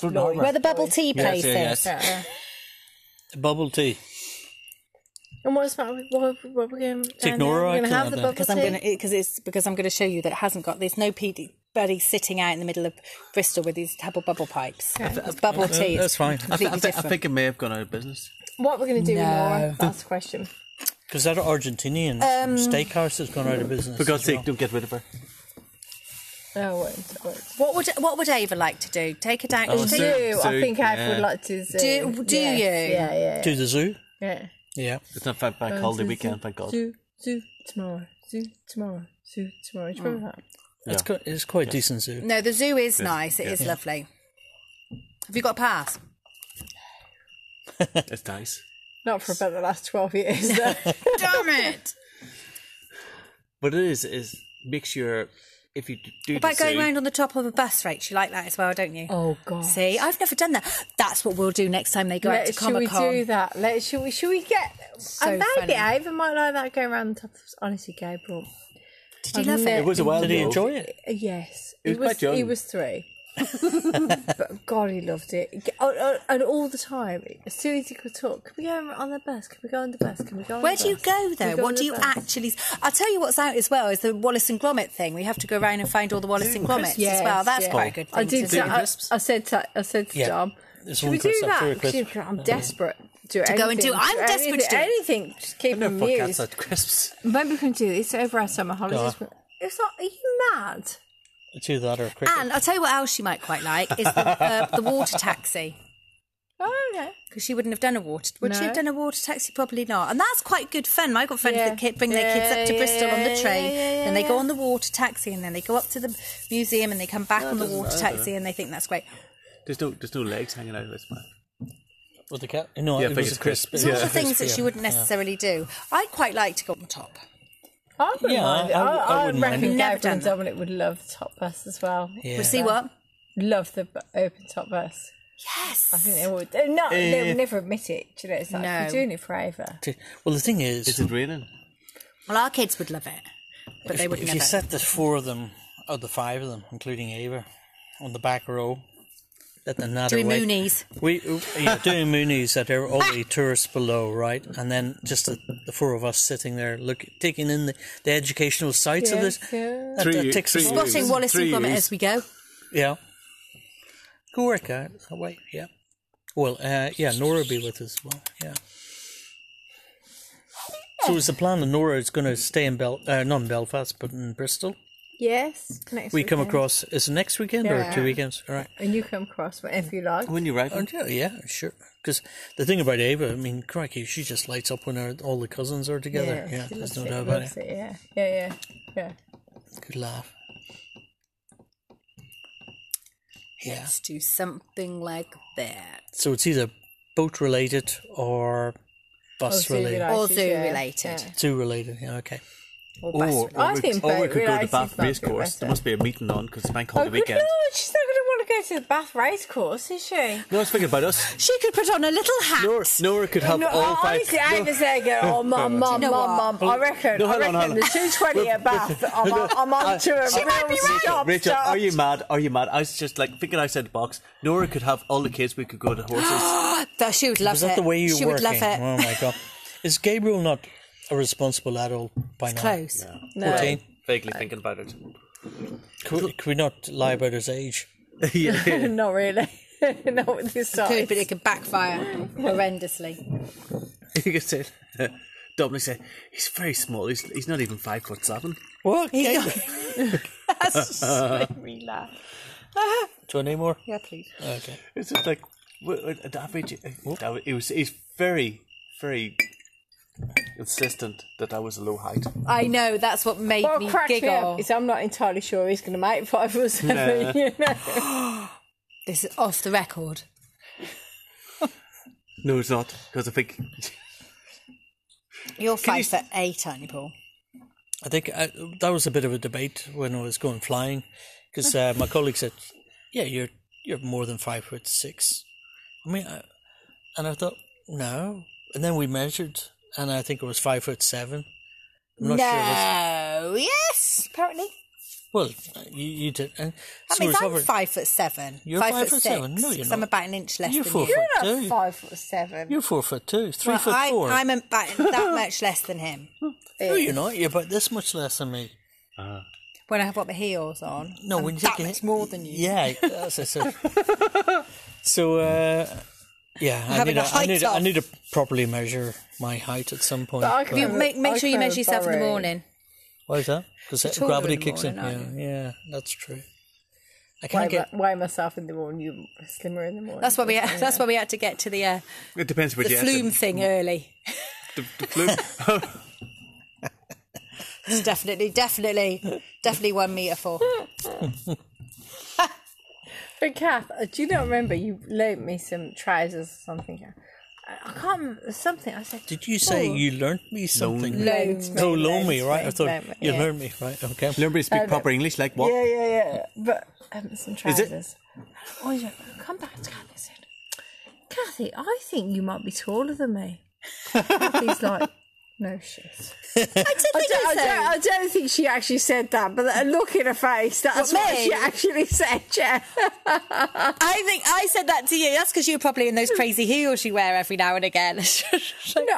A: where the bubble tea place
C: yeah,
A: is.
C: yes.
B: Yeah, yeah.
D: Bubble tea.
B: And what's that? What, what we're going to
D: ignore her,
B: We're going
D: I
B: to have
D: can't
B: the
D: then.
B: bubble
A: Because
B: tea.
A: I'm gonna, because it's because I'm gonna show you that it hasn't got. There's no PD buddy sitting out in the middle of Bristol with these double bubble pipes. It's
C: Uh,
A: bubble tea.
D: That's fine.
C: I, th- I,
A: Completely
C: th- I
A: different.
C: think it may have gone out of business.
B: What we're going to do
A: No.
B: more? That's the question.
D: Because that Argentinian
A: Um,
D: steakhouse has gone out of business.
C: For God's
D: as well.
C: sake, don't get rid of her.
B: Oh, wait, wait.
A: What would what would Ava like to do? Take her down.
C: Oh,
A: to
C: so-
B: Do
A: the-
B: you? I
C: so,
B: think I would
C: yeah.
B: like to. see-
A: Do- do
B: yeah,
A: you?
B: Yeah, yeah,
D: To the zoo.
B: yeah.
D: Yeah.
C: It's not Bank
B: Uh,
C: Bank Holiday weekend, thank God.
B: Zoo, zoo tomorrow. Zoo tomorrow. Zoo tomorrow. Do you
A: Oh.
B: remember that?
D: It's, quite, it's quite a decent zoo.
A: No, the zoo is nice. It is lovely. Have you got a pass?
C: It's nice.
B: Not for about the last twelve years. though.
A: Damn it!
C: But it is, is make sure if you d- do the
A: About going
C: zoo-
A: round on the top of a bus, Rach, you like that as well, don't you?
B: oh God.
A: See, I've never done that. That's what we'll do next time they go out
B: Let,
A: to
B: should we
A: Comic Con.
B: do that? Let should we should we get?
A: So
B: I like
A: funny.
B: it. I even might like that going around the top. Of, honestly, Gabriel.
A: Did you love
B: I've
A: it?
C: It was a while
D: Did
C: ago.
D: he enjoy it?
B: Uh, Yes,
C: He was quite young.
B: He was three. but God, he loved it, He- oh, oh, and all the time. As soon as he could talk, can we go on the bus? Can we go on the bus? Can we go? On
A: Where
B: the
A: do you
B: bus?
A: go
B: Can
A: though?
B: we go on
A: what do
B: the
A: you
B: bus?"
A: actually? I'll tell you what's out as well is the Wallace and Gromit thing. We have to go around and find all the Wallace and Gromits
B: Yes,
A: as well. That's
B: yeah.
A: quite a good thing
B: I did.
A: to do.
B: say- I, I said. To, I said to
D: Yeah.
B: John,
D: There's
B: should
D: one
B: we do
D: crisp, that's very
B: that? 'Cause
D: crisp.
B: you- I'm desperate. To,
A: To go and do- I'm desperate to do it.
B: anything. Just keep them amused.
C: at crisps.
B: Maybe we can do this over our summer holidays. It's not. Are you mad?
D: It's either that or cricket.
A: And I'll tell you what else she might quite like is the, uh, the water taxi.
B: Oh no.
A: Because she wouldn't have done a water. Would she
B: No.
A: have done a water taxi? Probably not. And that's quite good fun. I've got friends
B: Yeah.
A: that kid, bring their kids up to
B: Yeah,
A: Bristol on the
B: yeah,
A: train,
B: yeah, yeah,
A: then they go
B: yeah.
A: on the water taxi, and then they go up to the museum, and they come back on the water taxi, and they think that's great.
C: There's no, there's no legs hanging out of this man.
D: With the cat? No,
C: Yeah, I
D: it
C: think
D: was
C: it's
D: a crisp.
C: crisp.
D: It
A: It's all
D: was
A: the
D: a crisp,
A: things that
D: yeah.
A: she wouldn't necessarily do. I'd quite like to go on the top.
B: I wouldn't
D: Yeah,
B: mind.
D: I-
B: I,
D: I
B: I,
D: wouldn't mind
B: reckon
A: it. Never
B: Gabriel
A: done
B: and
A: that.
B: Dominic would love the top bus as well.
D: Yeah.
A: We'll see what.
B: Love the b- open top bus.
A: Yes.
B: I think they would. They're not. they would never admit it. Do you know, it's like
A: No.
B: we're doing it forever.
D: Well, the thing is,
C: Is it raining?
A: Well, our kids would love it, but they would
D: if
A: never.
D: you set the four of them, or the five of them, including Ava, on the back row, at the Natter
A: Doing
D: way-
A: Moonies.
D: We yeah, doing Moonies at all the tourists below, right? And then just the, the four of us sitting there, look, taking in the, the educational sites of this.
B: Yes, yeah.
D: That,
C: Three
D: that
C: years-
D: takes
C: three
D: us-
C: years.
A: Spotting Wallace and
C: Three
A: Gromit
C: years.
A: as we go.
D: Yeah. Good work, out that way. Yeah. Well, uh, yeah, Nora will be with us as well. Yeah. So is the plan that Nora is going to stay in Bel, uh, not in Belfast, but in Bristol?
B: Yes. Next
D: We come
B: weekend.
D: across is it next weekend or
B: Yeah.
D: two weekends? All right.
B: and you come across whenever you like.
C: When you arrive,
D: Oh, yeah, yeah, sure. Because the thing about Ava, I mean, crikey, she just lights up when her, all the cousins are together. Yeah,
B: she
D: there's
B: loves
D: no
B: it,
D: doubt about
B: loves
D: it.
B: it, Yeah, yeah, yeah, yeah.
D: Good laugh. Yeah.
A: Let's do something like that,
D: So it's either boat related or bus
B: zoo
D: related.
B: related.
A: or
B: Right,
A: zoo
B: yeah,
A: related.
D: Zoo related. Yeah, okay.
A: Or bus
C: or,
A: related.
B: I
C: we,
B: think
C: or we
B: boat
C: could go to
B: related
C: Bath
B: might
C: race
B: be
C: course.
B: better.
C: There must be a meeting on because it's Bank
B: Oh,
C: Holiday
B: good
C: weekend.
B: lord, she's not going to want to go to the Bath race course, is she?
C: No one's thinking about us.
A: She could put on a little hat.
C: Nora, Nora could have
B: No,
C: all
B: I-
C: oh, five.
B: honestly, I was there going, oh, mum, mum,
A: know
B: mum,
A: what?
B: mum. I reckon,
C: No,
B: I
C: hold on,
B: reckon
C: hold on.
B: the 220 at Bath, I'm, on- I'm on to a
C: She
B: real
A: might be right.
B: stop,
C: Rachel,
B: stop.
C: are you mad? Are you mad? I was just like thinking outside the box. Nora could have all the kids. We could go to horses.
A: Though she would love
D: Is that
A: it.
D: the way you
A: Uh, she
D: were
A: would love
D: working?
A: it.
D: Oh my god. Is Gabriel not a responsible adult by now?
A: Close.
B: No.
D: Fourteen?
C: Vaguely thinking about it.
D: Could, could we not lie about his age?
C: yeah.
B: Not really. Not with this
A: Could,
B: size.
A: but it could backfire horrendously.
C: you could say, Dominic say, he's very small. He's, he's not even five foot seven.
D: What? Okay.
B: That's just made me laugh.
D: Do I need more?
B: Yeah, please.
D: Okay.
C: It's just like w- w- the average. That, it was. He's very, very insistent that I was a low height.
A: I know, that's what made
B: What
A: me
B: cracks me
A: giggle.
B: up is I'm not entirely sure he's going to make five or seven.
C: Nah.
B: You know?
A: This is off the record.
C: No, it's not because I think
A: You're
C: Can
A: five
C: you
A: foot eight, aren't you, Paul?
D: I think I, that was a bit of a debate when I was going flying, because uh, my colleague said, "Yeah, you're you're more than five foot six. I mean, I, and I thought, "No." And then we measured, and I think it was five foot seven. I'm not sure. It was,
A: no, yes, apparently.
D: well, you, you did. And
A: That
D: so it
A: means
D: was
A: I'm
D: over-
A: five foot seven.
D: You're five foot seven? No, you're
A: because I'm
D: not.
A: about an inch less
D: You're
A: than
D: four
A: you.
D: foot
B: You're
D: two.
B: not five or seven.
D: You're four foot two. Three
A: Well,
D: foot
A: I,
D: four.
A: I'm about that much less than him.
D: no, you're not. You're about this much less than me.
A: When I have got my heels on,
D: No,
A: I'm
D: when you
A: that
D: take a-
A: much more than you.
D: Yeah, that's it. So, so uh, yeah, I
A: Having
D: need,
A: a
D: a, I,
A: height
D: need, I
A: off.
D: need to properly measure my height at some point.
B: But I
D: but-
B: can-
A: You make make
B: I
A: sure you
B: feel
A: measure yourself in the
B: very-
A: morning.
D: Why is that? Because
A: taller
D: gravity
A: in the
D: kicks in. Yeah,
A: morning,
D: yeah, that's true. I
B: Weigh,
D: can't get.
B: my- weigh myself in the morning, you slimmer in the morning.
A: That's why we had, that's why we had to get to the uh,
C: it depends what
A: the
C: you
A: flume thing early.
C: The, the flume.
A: It's definitely, definitely, definitely one meter four.
B: But Kath, uh, do you not remember you lent me some trousers or something? I- I can't remember something. I said,
D: Did you say
A: Hmm.
D: you learned me something?
C: Loan.
B: Loans,
D: No,
B: mate,
D: loan me,
B: loans,
D: right? I
B: mate,
D: thought
B: loan me,
D: you
B: yeah.
D: learned me, right? Okay.
C: Learn to speak proper English. Like what?
B: Yeah, yeah, yeah. But um, some
C: Is it-
B: trousers. Oh, yeah. Come back to Kathy. I said, Kathy, I think you might be taller than me. Kathy's like, no shit.
A: I did
B: I
A: think
B: don't,
A: I
B: I,
A: said-
B: don't, I don't think she actually said that, but a look in her face, that's
A: What,
B: what,
A: me?
B: she actually said, yeah.
A: I think I said that to you. That's because you were probably in those crazy heels you wear every now and again.
B: No,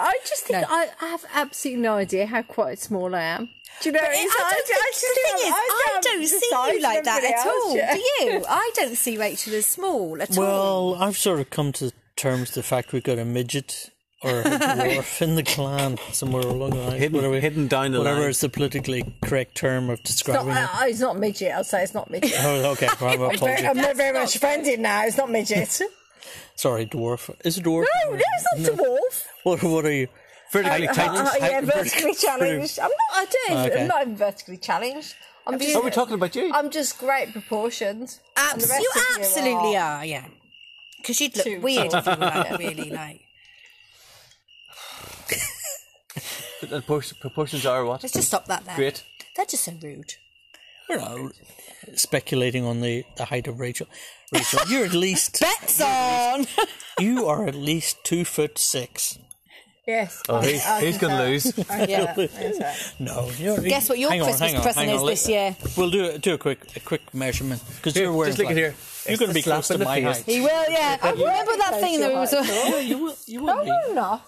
B: I just think
A: No.
B: I, I have absolutely no idea how quite small I am. Do you know?
A: But it-
B: it's-
A: I don't think-
B: just
A: the thing
B: think
A: is,
B: I'm-
A: I
B: I'm
A: don't
B: the
A: see
B: size
A: you
B: of
A: like that
B: everybody
A: at
B: else,
A: all.
B: yeah.
A: Do you? I don't see Rachel as small at all.
D: Well, I've sort of come to terms with the fact we've got a midget or a dwarf in the clan somewhere along the line.
C: Hidden-
D: whatever,
C: hidden down the
D: whatever
C: line.
D: is the politically correct term of
B: It's
D: describing
B: not,
D: it.
B: uh, it's not midget. I'll say it's not midget.
D: Oh, okay. Well, I told you.
B: I'm not very much offended now. It's not midget.
D: Sorry, dwarf. Is it dwarf?
B: No, no, it's not dwarf.
D: What, what are you?
C: Vertically
B: Uh,
C: tight.
B: yeah, vertically challenged. I'm not. I don't.
D: Okay.
B: I'm not even vertically challenged. I'm just.
C: Are we talking about
A: Um,
C: you?
B: I'm just great proportions. and the
A: Abs-
B: rest
A: you
B: of are-
A: absolutely are, yeah. Because you'd look
B: Too
A: weird if you were like, really like.
C: The propor- proportions are what?
A: Let's just stop that there.
C: Great.
A: They're just so rude.
D: We're not speculating on the, the height of Rachel. Rachel, you're at least
A: Bets on!
D: you are at least two foot six.
B: Yes.
C: Oh, he, he's going to lose.
A: yeah.
D: No, you're,
A: Guess what your
D: hang on,
A: Christmas
D: hang on,
A: present
D: hang on,
A: is
D: let-
A: this year?
D: We'll do a- do a quick a quick measurement because
C: Here,
D: you're wearing.
C: just look at
D: black.
C: here.
D: You're
C: It's
D: going
C: the
D: to be
C: slap
D: close
C: in
D: to
C: the
D: my
C: face.
D: height.
A: He will, yeah. I remember that
B: Close
A: thing that
B: your
A: we was.
B: eyes,
D: No, you will. You will be.
B: I'm not.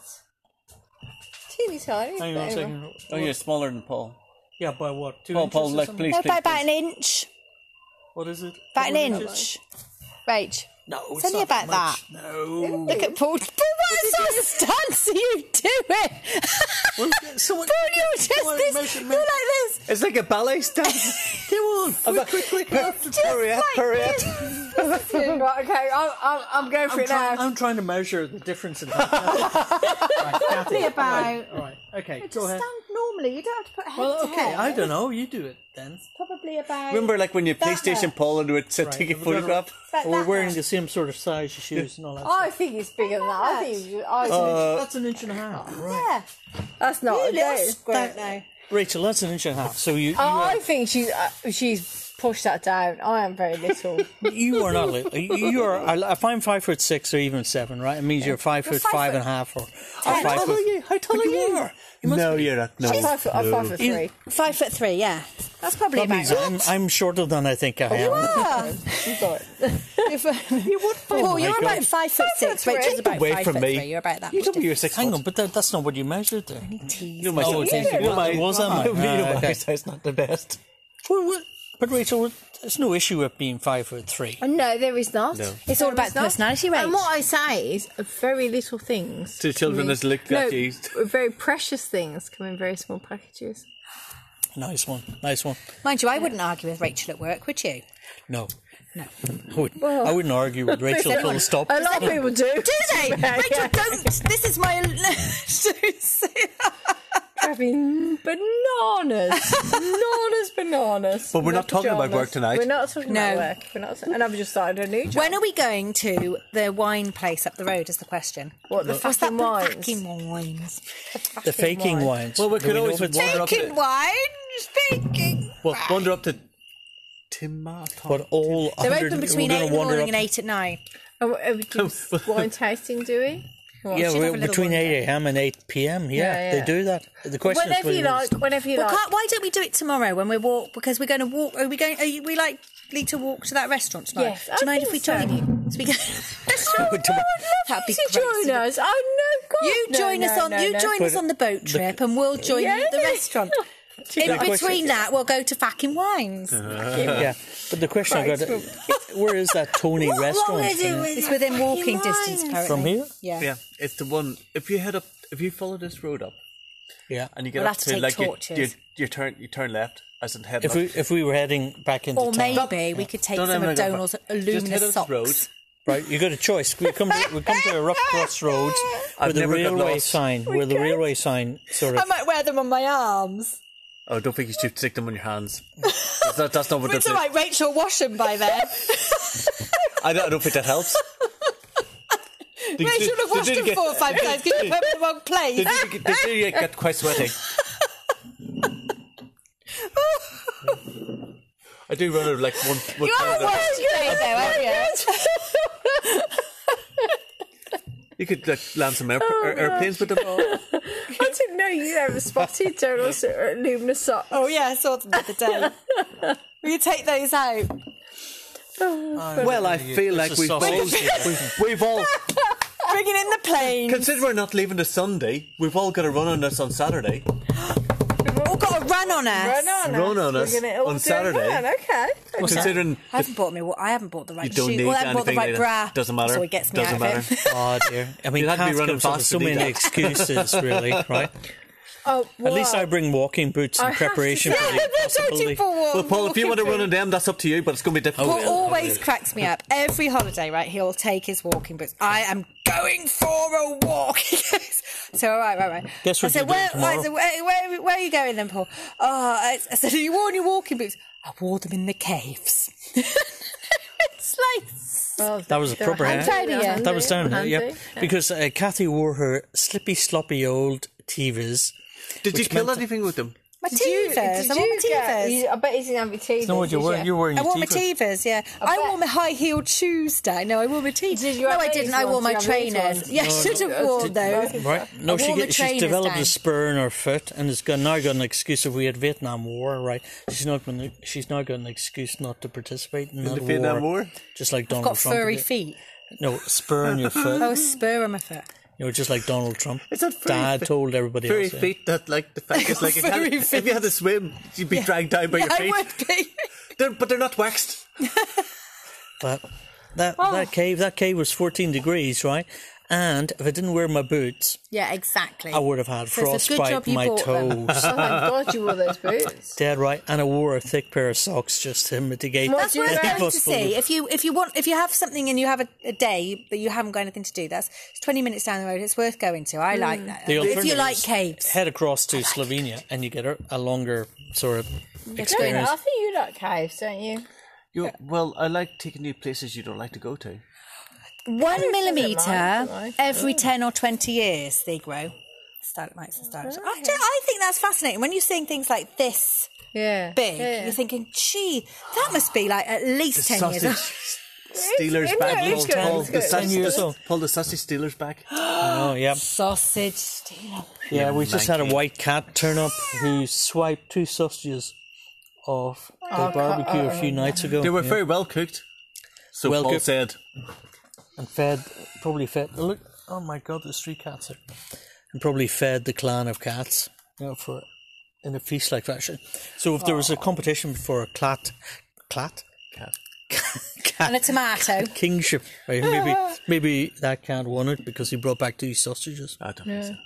B: Teeny tiny.
D: Hang on a
B: but anyway.
D: second.
C: Oh, you're smaller than Paul.
D: Yeah, by what? Two
C: Paul,
D: inches
C: Paul,
D: or
C: look,
D: something?
C: please,
A: No,
C: please.
A: by about an inch.
D: What is it?
A: About an
D: Couple of inches?
A: inch. Rach,
D: No, it's,
A: only
D: not
A: about
D: much. No.
A: look at Paul. Paul, what sort of stance are you doing?
D: Well, someone-
A: Paul, you're just
D: someone
A: this.
D: measure
A: You're
D: me.
A: like this.
C: It's like a ballet stance.
D: Come on, quick, quick, quick.
C: hurry up, hurry up.
B: Right, okay, I'm, I'm, I'm going for
D: I'm
B: it now.
D: trying, I'm trying to measure the difference in height. right, Kathy, all right, all right, okay, go ahead.
B: normally. You don't have to put head
D: Well, okay, I don't know. You do it then.
B: Probably about.
C: Remember, like when you PlayStation Paul and would
D: Right,
C: take a
D: we've got it.
C: photograph?
D: We're wearing the same sort of size shoes and all that.
B: I think it's bigger than that. I think. you- I,
C: Uh,
D: Oh, that's an inch and a half, right?
B: that's not. a
A: little
B: date.
A: squirt now.
D: Rachel, that's an inch and a half. So you, you,
B: Oh, I
D: are,
B: think she's uh, she's pushed that down. I am very little.
D: you are not. Little. You are. I- If I'm five foot six or even seven, right, it means you're five foot
A: five
D: five
A: foot
D: and a half or, or five foot.
C: you? How tall
D: But you are. You must
C: no,
D: be.
C: you're not. No.
B: I'm five foot, I'm five foot
D: You-
B: three.
A: Five foot three, yeah. That's probably
D: That means
A: about
D: I'm, I'm shorter than I think I am.
A: Ah,
B: You got it.
A: you would Paul,
D: my
A: uh, Oh, you're
D: God.
A: about five foot six.
B: three.
A: Rachel's about
C: Away
A: five
C: from
A: foot
C: me.
A: three. You're about that.
C: You
A: much
C: told me you're six
D: Hang
C: foot.
D: on, but that, that's not what you measured there.
A: difference.
C: You know my
D: Oh,
C: size-
D: okay.
C: you know my-
D: Was I?
C: you know my
D: Okay.
C: size not the best.
D: What, what? But Rachel, there's no issue with being five foot three.
B: No, there is not.
C: No.
A: It's all about
B: is not.
A: personality
B: And
A: range.
B: what I say is very little things.
C: To children
B: come in-
C: that's looked
B: no,
C: at used.
B: Very precious things come in very small packages.
D: Nice one, nice one.
A: Mind you, I wouldn't argue with Rachel at work, would you?
D: No,
A: No.
D: I wouldn't, I wouldn't argue with Rachel. full stop.
B: A lot of people do.
A: Do they? Rachel, don't. This is my.
B: Having bananas, bananas, bananas.
C: But we're not talking about
B: pajamas.
C: work tonight.
B: We're not talking
A: No.
B: about work. We're not. And I've just started a new job.
A: when are we going to the wine place up the road? Is the question.
B: What, the
A: What's
B: fucking
A: that
B: wines?
A: Fucking wines.
D: the faking
B: wine.
D: wines.
C: Well, we
D: Do
C: could
D: know
C: always
D: if it's-
C: wander up
A: Faking
C: to,
A: wines. Faking.
C: well, wander up to Timah.
D: But all
A: They're
D: 100
A: open between
D: we're
A: eight
D: gonna
A: in the
D: wander
A: morning
D: up
A: and eight at night.
B: Oh, uh, we do wine tasting, do we?
D: Yeah,
A: should have
D: we're
A: a little
D: between
A: one.
D: 8 a.m. and 8 p.m. Yeah,
B: Yeah, yeah.
D: they do that. The question is
B: Whenever
D: whether
B: you like.
D: it's-
B: Whenever you
A: Well,
B: like.
A: can't, why don't we do it tomorrow when we walk? Because we're going to walk. Are we going? Are you, we likely to walk to that restaurant tonight?
B: Yes,
A: do
B: I
A: you mind if we
B: think so.
A: join you? So we go- That'd be
B: You
A: great.
B: join us. Oh no, God.
A: You
B: no,
A: join us
B: no,
A: on.
B: no,
A: you
B: no.
A: join us on the boat trip, and we'll join you at the
B: Yeah.
A: restaurant. In between that, we'll go to fucking wines.
D: Yeah, but the question I got: Where is that Tony restaurant? from-
A: It's within walking distance, apparently.
D: From here?
A: Yeah.
C: Yeah, it's the one. If you head up, if you follow this road up,
D: Yeah.
C: and you get
A: We'll
C: up
A: have to
C: to,
A: take
C: like you,
A: torches.
C: you, you turn, you turn left as in head
D: If
C: up.
D: we if we were heading back into
A: Or
D: town,
A: maybe we could take
C: Don't
A: some
C: ever
A: of
C: go
A: Donald's
C: back. Just head up
A: aluminum
C: the
A: socks.
C: road.
D: right? You got a choice. We come to we come to a rough crossroads
C: I've
D: with a
C: never got
D: railway
C: lost.
D: sign, where the railway sign sort
A: I
D: of
A: might wear them on my arms.
C: Oh, don't think you should stick them on your hands. that's, not, that's not what
A: It's
C: that's.
A: all right, Rachel, wash them by then.
C: I don't, I don't think that helps.
A: Rachel
C: They- they-
A: would have
C: they
A: washed
C: didn't
A: them
C: get-
A: four or five times because you put them in the wrong
C: They
A: place.
C: do get, they do get- get quite sweaty. I do run out of like one. one
A: Oh, You
C: pair
A: are
C: of
A: a
C: them.
A: worst grade though, aren't you?
C: you could like land some air,
A: Oh,
C: air, airplanes with them.
B: I didn't know you ever spotted Donald's luminous socks.
A: Oh yeah, I saw them the other day. Will you take those out?
C: Well, I feel like
D: is
C: we've all,
D: sausage.
C: we've, we've all,
A: Bringing in the plane.
C: consider we're not leaving the Sunday, we've all got a run on us on Saturday.
A: All got a run on us.
B: Run on
C: Run
B: us.
C: on
B: We're
C: us
B: gonna all
C: on
B: do it.
C: Saturday.
B: Run, Okay.
C: Considering
A: I haven't bought me. I haven't bought the right
C: you don't
A: shoe.
C: need
A: well, I haven't bought the
C: anything
A: right
C: later.
A: bra.
C: doesn't matter.
A: So it gets me
C: doesn't
A: out of
C: matter.
A: it.
D: Oh dear! I mean,
C: You'd have to be
D: Pat
C: running
D: comes up with
C: fast
D: so
C: to do
D: many
C: that.
D: excuses, really, right?
B: Oh,
D: At least I
B: wow.
D: bring walking boots in
B: I have to
D: preparation
B: say-
D: for
A: Yeah,
D: the
A: they're
D: possibility.
A: dirty for one.
C: Well, Paul, if you want to run on them, that's up to you, but it's going to be difficult.
A: Paul always cracks me up. Every holiday, right? He'll take his walking boots. I am going for a walk. He goes, so all right, right, right.
D: Guess what
A: I said,
D: you're
A: where,
D: doing tomorrow?"
A: I said, where, where, where are you going then, Paul? Oh, I, I said, have you worn your walking boots? I wore them in the caves. it's like
B: Well,
D: That was a
B: they're
D: proper
B: handy,
D: hand.
B: they're handy,
D: That was down here,
B: handy.
D: yeah. Because uh, Kathy wore her slippy, sloppy old Tevas.
C: Did you kill anything with them?
A: my
B: Did you-
A: Tevas.
B: did
A: I wore my
B: you get-
A: Tevas.
B: you- I bet you didn't have your teethers.
D: No, what you're
B: did
D: wearing?
B: you?
D: You're wearing
A: I
D: your
A: wore my
D: Tevas.
A: Tevas, yeah. I,
B: bet.
A: wore my high heeled shoes down. No, I wore my Tevas.
B: Did you
A: no,
B: have
A: I
B: these
A: didn't. I wore
B: ones?
A: my
B: You have these
A: trainers.
B: ones?
A: Yeah, I should have worn those.
D: Right?
A: I
D: No, she
A: wore my
D: get,
A: trainers
D: she's developed
A: down.
D: a spur in her foot and has got, now got an excuse if we had Vietnam War, right? She's not going. She's now got an excuse not to participate in, that
C: the Vietnam
D: war.
C: War?
D: Just like Donald
A: Got
D: Trump.
A: furry
D: did.
A: feet.
D: No spur in your foot.
A: Oh, a spur on my foot.
D: You know, just like Donald Trump.
C: It's not furry
D: Dad
C: fe-
D: told everybody
C: Furry
D: else. yeah.
C: feet that, like, the fact is, like, if you,
A: Furry
C: had, if you had to swim, you'd be dragged down by your
A: I
C: feet.
A: would be.
C: They're, but they're not waxed.
D: But that that cave that cave was 14 degrees, right? And if I didn't wear my boots,
A: Yeah, exactly.
D: I would have had
A: So it's a good
D: frostbite
A: job
D: in
A: you
D: my
A: bought them.
D: toes.
B: Oh my God, you wore those boots.
D: Dead right, and I wore a thick pair of socks just to mitigate.
A: That's what
D: any
A: I'm trying to
D: possibility.
A: see. If you if you want if you have something and you have a, a day but you haven't got anything to do, that's it's twenty minutes down the road. It's worth going to. I like that.
D: Mm. The
A: if you
D: alternative
A: like
D: is
A: caves,
D: head across to Slovenia, and you get a, a longer sort of
B: Don't,
D: experience.
B: I think you like caves, don't you?
C: You, well, I like taking you places you don't like to go to.
A: one
B: mind, do
A: millimeter
B: I?
A: every ten or twenty years they grow. Stalagmites and stalactites. I, do- I think that's fascinating. When you're seeing things like this
B: Yeah.
A: big,
B: Yeah, yeah.
A: you're thinking, "Gee, that must be like at least ten years." old."
C: Sausage Steelers
B: it's
C: bag.
B: good, it's good,
C: Paul,
B: it's
C: the
B: good.
C: sausage-
D: Ten years old.
C: Paul, the sausage Steelers bag.
D: Oh yeah,
A: Sausage stealer.
D: yeah. We just had a
C: Nike.
D: white cat turn up who swiped two sausages off the
A: Oh,
D: barbecue a few nights ago.
C: They were
D: yeah.
C: very well cooked. So
D: Well
C: Paul
D: cooked.
C: said,
D: and fed probably fed look oh my god there's three cats there and probably fed the clan of cats you know, for in a feast like fashion. So if there was a competition for a clat, clat,
C: Cat.
A: And a tomato.
D: kingship, right, maybe maybe that cat won it because he brought back two sausages.
C: I don't think so.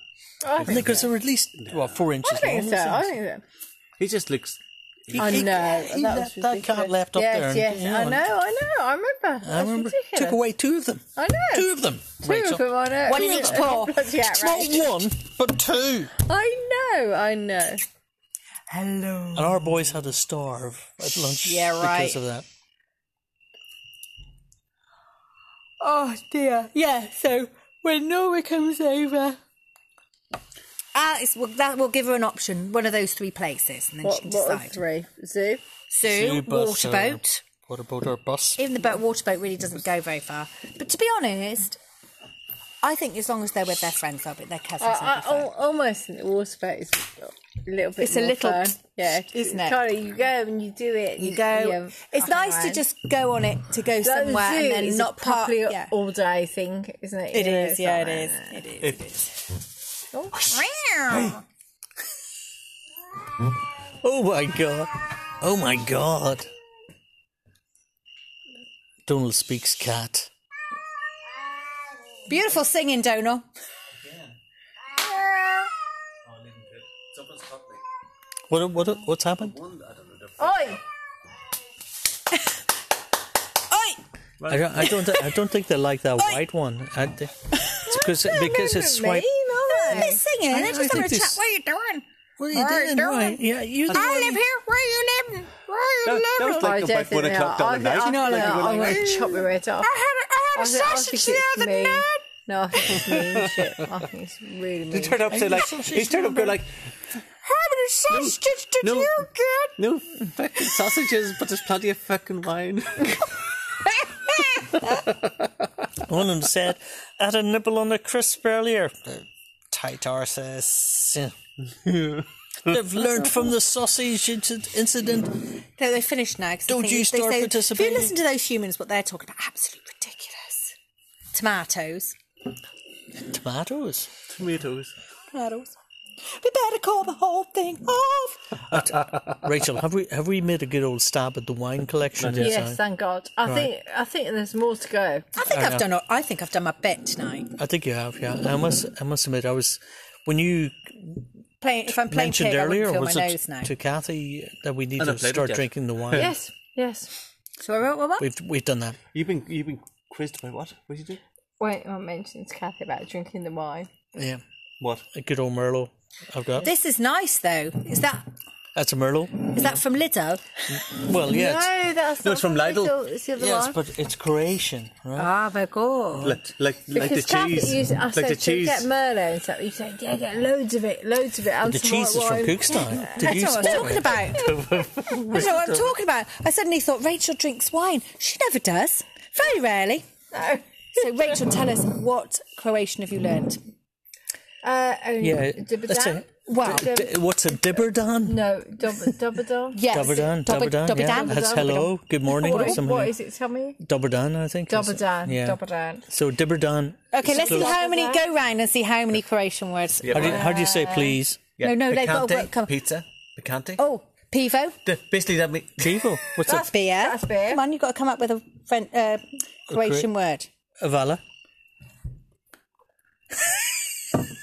B: I think
D: Because they were at least well four inches
B: I think
D: long.
B: so. I think so.
C: He just looks.
B: I
D: He-
B: know. That, was
D: he left- that
B: ridiculous.
D: cat left up
B: yes,
D: there and-
B: Yes,
D: yeah,
B: I know, I know. I remember.
D: I remember
B: Ridiculous.
D: took away two of them.
B: I know.
D: Two of them.
B: Two of them, I know.
A: One in each paw.
B: Yeah,
D: Not
B: right.
D: one, but two.
B: I know, I know.
A: Hello.
D: And our boys had to starve at lunch
A: Yeah, right.
D: because of that.
B: Oh dear. Yeah, so when Nora comes over.
A: Uh, it's, well, that will give her an option, one of those three places, and then she
B: What,
A: can
B: what are
A: decide.
B: three? Zoo?
A: Zoo,
D: bus
A: water
D: or-
A: boat.
D: What about our bus?
A: Even the boat, water boat really doesn't go very far. But to be honest, I think as long as they're with their friends, they'll be their cousins.
B: I,
A: will be
B: I,
A: fine.
B: al- almost think the water boat is a little bit
A: It's a
B: more
A: little-
B: fun. Yeah,
A: isn't it?
B: Kind of, you go and you do it.
A: You go.
B: yeah,
A: it's
B: fucking
A: nice to
B: around.
A: just go on it to go
B: Like the
A: somewhere
B: zoo
A: and then
B: is
A: not
B: a properly
A: part. Yeah.
B: all day thing, isn't it?
A: It is,
B: it's
A: yeah,
B: not
A: it
B: like
A: is.
B: that.
A: It is. It is.
B: Oh.
A: Meow.
D: Oh my god. Oh my god. Donald speaks cat.
A: Beautiful singing, Donal.
C: Someone's caught me.
D: What what what's happened?
C: One, I don't know.
B: Oi!
A: Oi!
D: I don't I don't, I don't think they like that white one. I, thi- it's because because it's
B: Me,
D: swipe.
B: no
A: They're
B: way.
A: singing.
D: I-
A: They're
D: I
A: just having a
D: think
A: chat.
D: this-
A: What are you doing?
D: What are
A: you Alright, doing? don't Why- worry.
D: Yeah, you.
A: I live here. Where are you living? Where are you
C: That- that
A: living?
C: was like
B: Oh, I don't
C: about
B: think
C: one
B: they
C: o'clock
B: are.
C: down the
B: I
C: night.
B: think-
A: You know, like, you were
B: I'm
A: like,
B: going to chop my head off.
A: I had a, I had a
B: I think- I
A: sausage
B: think it's
A: the other
B: mean.
A: night.
B: No, I think it's mean shit. I think it's really mean.
C: He turned up to like. He turned up to like.
A: Having a sausage did
C: no.
A: you get?
C: No fucking sausages, but there's plenty of fucking wine.
D: One of them said, "I had a nibble on a crisp earlier." Titar says, "They've learnt from the sausage inci- incident."
A: No, they're finished now. 'cause I
D: Don't
A: think
D: you
A: they
D: start
A: say-
D: participating?
A: If you listen to those humans, what they're talking about, absolutely ridiculous. Tomatoes.
D: Tomatoes.
C: Tomatoes.
A: Tomatoes. We better call the whole thing off.
D: Rachel, have we have we made a good old stab at the wine collection?
C: Not
D: yet?
B: Yes, thank God. I think I think there's more to go.
A: I think I've done. a- I think I've done my bit tonight.
D: I think you have. Yeah, I must. I must admit, I was when you
A: Playing. If I'm playing
D: mentioned
A: pig, I wouldn't
D: earlier
A: feel my
D: was
A: nose
D: it
A: now.
D: to Kathy that we need
C: And I
D: to
C: played it,
D: start
C: yes.
D: drinking the wine.
B: Yes, yes.
A: So I wrote one.
D: We've we've done that.
C: You've been you've been quizzed by what? What did you do?
B: Wait, I mentioned to Kathy about drinking the wine.
D: Yeah,
C: What?
D: a good old merlot. I've got
A: This is nice though. Is that
D: that's a merlot.
A: is that from Lido?
D: Well, yeah, it's-
B: No, that's
C: No,
B: not
C: it's from Lidl.
B: Lidl, It's the other
D: yes,
B: one.
D: but it's Croatian, right?
A: Ah, my god.
C: Like like, like the
B: because Kathy
C: cheese.
B: used, I
C: like
B: said,
C: the
B: "Should we
C: cheese.
B: get Merlot and stuff. You said, yeah, get loads of it, loads of it. And
D: the
B: some
D: cheese
B: white
D: is from
B: wine."
D: Cookstown. Did
A: That's
D: you
A: not what I'm
D: spot
A: talking
D: it?
A: about. That's not what I'm talking about. I suddenly thought Rachel drinks wine. She never does. Very rarely.
B: No.
A: So Rachel, tell us what Croatian have you learned?
B: Uh, and
D: Yeah,
B: Dibba
D: that's
B: Dab?
D: it.
A: Wow.
B: Dibba Dab-
D: D- What's a dibberdan?
B: No, Dubba Dubba Dub.
A: Yes.
D: Dobberdan,
A: Dobber-
D: dobberdan, yeah.
A: Dobberdan.
D: That's
A: Dobberdan.
D: hello, good morning,
B: What-
D: or something.
B: What is it? Tell me.
D: Dobberdan, I think. is-
B: Dubba Dan.
D: Yeah.
B: Dubba Dan.
D: So dibberdan.
A: Okay,
D: is
A: let's see
D: close.
A: how many go round and see how many Croatian words.
D: How do, you, how do you say please?
A: No, no, they've got to work. Come.
C: pizza, picante.
A: Oh, pivo.
C: D- Basically, that means
D: Evil. What's
A: That's beer.
B: that's beer.
A: Come on, you've got to come up with a French, uh, Croatian word.
D: a Avala?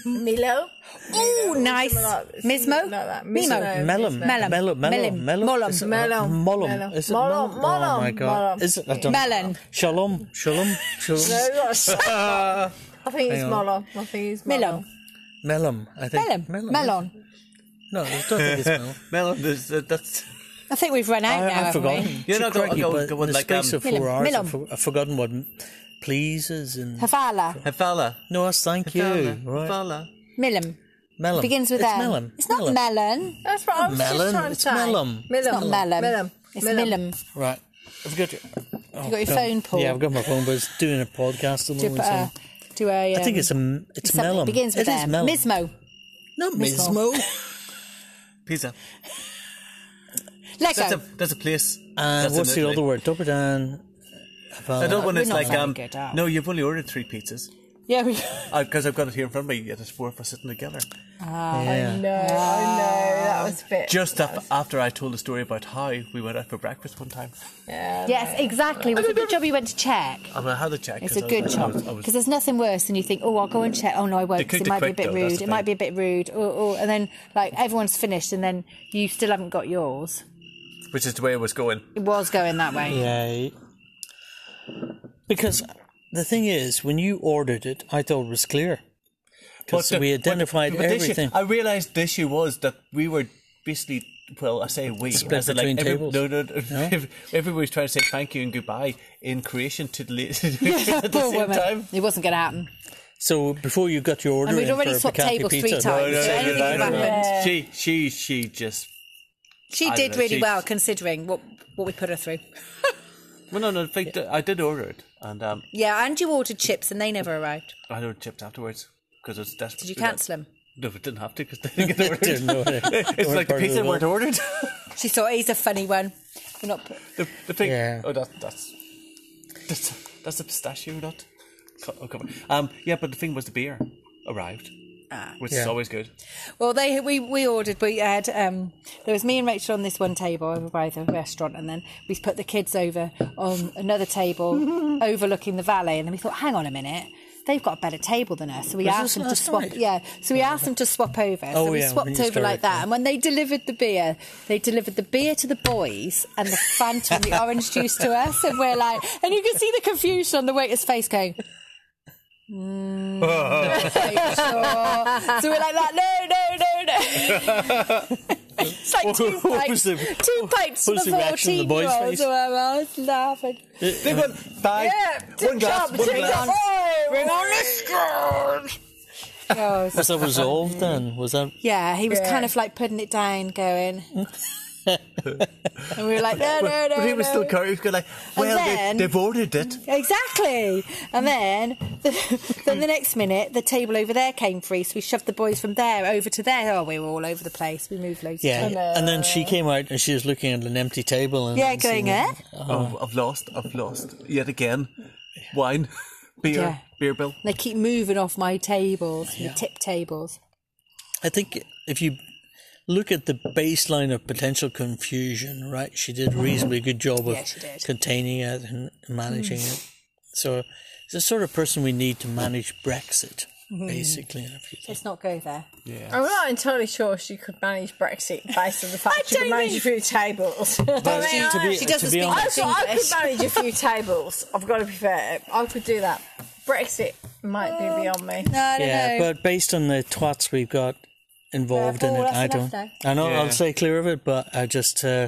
C: Mm.
B: Milo.
A: Oh, nice.
B: something like-
A: Mismo.
B: something like that.
A: Mimo.
B: Mismo.
D: Mellum.
A: Mellum.
D: Mellum.
A: Mellum.
D: Mellum. Mellum.
A: Mollum.
D: Is it-
B: Mellum.
D: Mollum. Is it
B: Mollum.
D: Mollum? Oh my
B: Mollum.
D: god.
B: Mollum.
D: Is it? I don't
A: Melon.
D: Shalom. Shalom. Shalom.
B: No, that's- I think it's Molo. I think it's Molo.
A: Milon.
D: Mellum. I
A: Melon.
D: think.
A: Melon.
D: No, I don't think it's Mellum.
C: melon. There's, uh, that's
A: I think we've run out now.
D: I, I've
A: haven't we?
D: forgotten.
C: Yeah, no, go-
D: Crikey,
C: go-
D: but
C: go
D: in
C: with
D: the
C: like,
D: space
C: um,
D: of four
A: Millum,
D: hours,
A: Millum.
D: I've, for- I've forgotten what m- pleases and
A: Havala.
C: Havala.
D: no, that's thank you.
C: Havala.
D: Right,
C: Havala.
A: Millum.
D: Mellum
A: Begins with
D: Oh, it's
A: M.
D: Mellum.
A: It's not
D: Mellum.
A: melon.
B: That's what I was
D: Melon.
B: just trying to
D: It's
B: say.
D: Mellum.
A: It's not melon. It's millum.
D: Right, I've got. Your, oh,
A: got your
D: God.
A: phone, Paul?
D: Yeah, I've got my phone, but it's doing a podcast at the
A: Do,
D: moment. so
A: uh, do a,
D: I think
A: um,
D: it's a m- it's
A: something.
D: Mellum.
A: Begins with
D: It is
A: M.
D: Mellum.
A: Mismo.
D: Not
A: Mismo.
D: Mismo.
C: Pizza. That's a
A: Lego.
C: that's a place.
D: And
C: That's
D: what's the
C: another-
D: other word? Dobberdan.
C: Another one
A: Uh, We're
C: is
A: not
C: like
A: very
C: um.
A: good at-
C: No, you've only ordered three pizzas.
D: Yeah, we,
C: Because I've got it here in front of me, yet it's four of us sitting together.
B: No, I
D: yeah.
B: know that was a bit.
C: Just af- after I told the story about how we went out for breakfast one time.
B: yeah.
A: Yes, exactly. It was a good job you went to check.
C: I mean, I had to check.
A: It's
C: 'cause
A: a good
C: Oh, I
A: job
C: was, I was,
A: because there's nothing worse than you think. Oh, I'll go and check. Oh no, I won't.
C: They
A: 'cause
C: cooked
A: it
C: it
A: might be
C: quick,
A: a bit
C: though, that's
A: rude.
C: the
A: It might be a
C: thing.
A: bit rude. Oh, oh, and then like everyone's finished, and then you still haven't got yours.
C: which is the way it was going.
A: It was going that way.
D: Yeah. Because the thing is, when you ordered it, I thought it was clear. Because
C: But the-
D: we
C: but-
D: identified
C: but the issue-
D: everything.
C: I realised the issue was that we were basically, well, I say we.
D: Split
C: as in,
D: between
C: every-
D: tables.
C: No, no, no. Everybody was trying to say thank you and goodbye in Croatian to the ladies at the
A: Poor
C: same
A: woman.
C: time.
A: It wasn't going to happen.
D: so before you got your order,
A: And we'd
D: in
A: already
D: for a
A: swapped
D: Bacchante
A: tables three
D: pizza,
A: times. so anything could have happened.
C: She, she, she just.
A: She
C: I
A: did
C: dunno,
A: really
C: she-
A: well considering what what we put her through.
C: Well, no, no. In fact, I did order it, and um,
A: Yeah, and you ordered chips and they never arrived.
C: I ordered chips afterwards because I was desperate.
A: Did you
C: to do that.
A: cancel them?
C: No, we didn't have to because they didn't get ordered.
D: Didn't know it. They
C: it's
D: weren't
C: like the
D: part of
C: pizza
D: the
C: weren't ordered.
A: She thought he's a funny one. We're not.
C: the, the thing.
D: Yeah.
C: Oh, that, that's that's that's a pistachio nut. Co- Oh, come on. Um, yeah, but the thing was the beer arrived,
A: Ah.
C: which
D: Yeah.
C: is always good.
A: Well, they we, we ordered. We had um, there was me and Rachel on this one table over by the restaurant, and then we put the kids over on another table overlooking the valley. And then we thought, hang on a minute, they've got a better table than us. So we
D: Was this
A: asked them to
D: last
A: swap.
D: night?
A: Yeah, so we asked them to swap over.
D: Oh,
A: so we
D: yeah, when
A: swapped
D: you
A: over like
D: started,
A: that.
D: yeah.
A: And when they delivered the beer, they delivered the beer to the boys and the Fanta and the orange juice to us. And we're like, and you can see the confusion on the waiter's face going. "Hmm, So we're like that. No, no, no, no. it's like two
D: What
A: pipes.
D: was the-
A: two pipes for
D: what was
A: the
D: the reaction of the boys'
A: fourteen-year-olds.
D: face?
A: Or whatever. I was laughing.
D: Uh,
C: They went five, one glass, one
A: Bring
C: glass.
A: on, bring on the scourge. Oh, it's-
D: Was that resolved then? Was that
A: yeah, he was kind of like putting it down, going. and we were like, no, no, no.
C: but he was
A: no.
C: still carrying. He was going like, well,
A: then-
C: they, they've ordered it.
A: Exactly. And then, then the next minute, the table over there came free, so we shoved the boys from there over to there. Oh, we were all over the place. We moved loads. of
D: yeah?
A: times.
D: And then she came out and she was looking at an empty table and
A: Yeah,
D: and seeing
A: going eh?
C: Oh, I've lost. I've lost yet again. Wine, beer,
A: Yeah.
C: beer bill.
A: They keep moving off my tables, the tip tables.
D: I think if you look at the baseline of potential confusion, right? She did a reasonably good job of
A: Mm-hmm. Yeah, she did. Mm.
D: containing it and managing it. So it's the sort of person we need to manage Brexit,
A: Mm-hmm.
D: basically. and everything.
A: Let's not go there.
B: I'm not entirely sure she could manage Brexit based on the fact she could
A: don't
B: manage a few tables. I, mean,
D: to
B: I,
D: be,
A: she doesn't
D: to be
A: speak
D: honest,
B: I could- I could manage a few tables. I've got to be fair. I could do that. Brexit might be beyond me.
A: No, I don't
D: yeah,
A: know.
D: but based on the twats we've got involved in
A: Paul,
D: it,
A: that's
D: I
A: enough
D: don't.
A: now.
D: I know
C: Yeah.
D: I'll stay clear of it, but I just uh,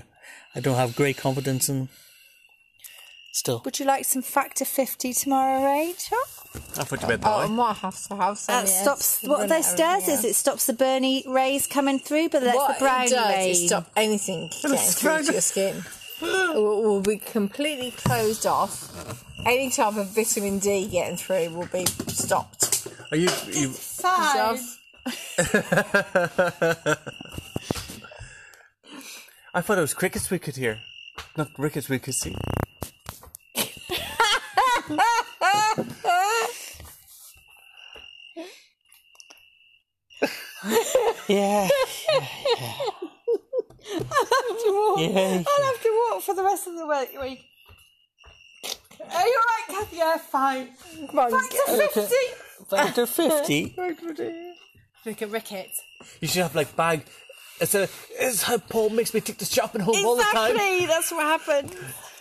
D: I don't have great confidence in. Still,
A: Would you like some factor 50 tomorrow, Rachel? uh,
C: I put you bed
A: Um,
B: Oh, I
C: now.
B: might have to have some.
A: That
B: yes,
A: stops
B: to
A: what
B: run
A: are those
B: out
A: stairs
B: everything
A: is. It stops the Bernie rays coming through, but
B: else.
A: that's
B: What
A: the brownie
B: it does
A: rays.
B: is stop anything getting through
C: strangle-
B: to your skin. will, will be completely closed off. Any type of vitamin D getting through will be stopped.
C: Are you? you
B: So,
C: I thought it was crickets we could hear, not rickets we could see.
D: yeah,
B: I'll
D: yeah.
B: have to walk for the rest of the week. week. Are you alright, Kathy? Yeah, fine. Come on, get-
D: Factor fifty.
A: Look at Ricketts.
C: You should have like bag. It's a. It's how Paul makes me take the shopping home all the time.
B: Exactly, that's what happened.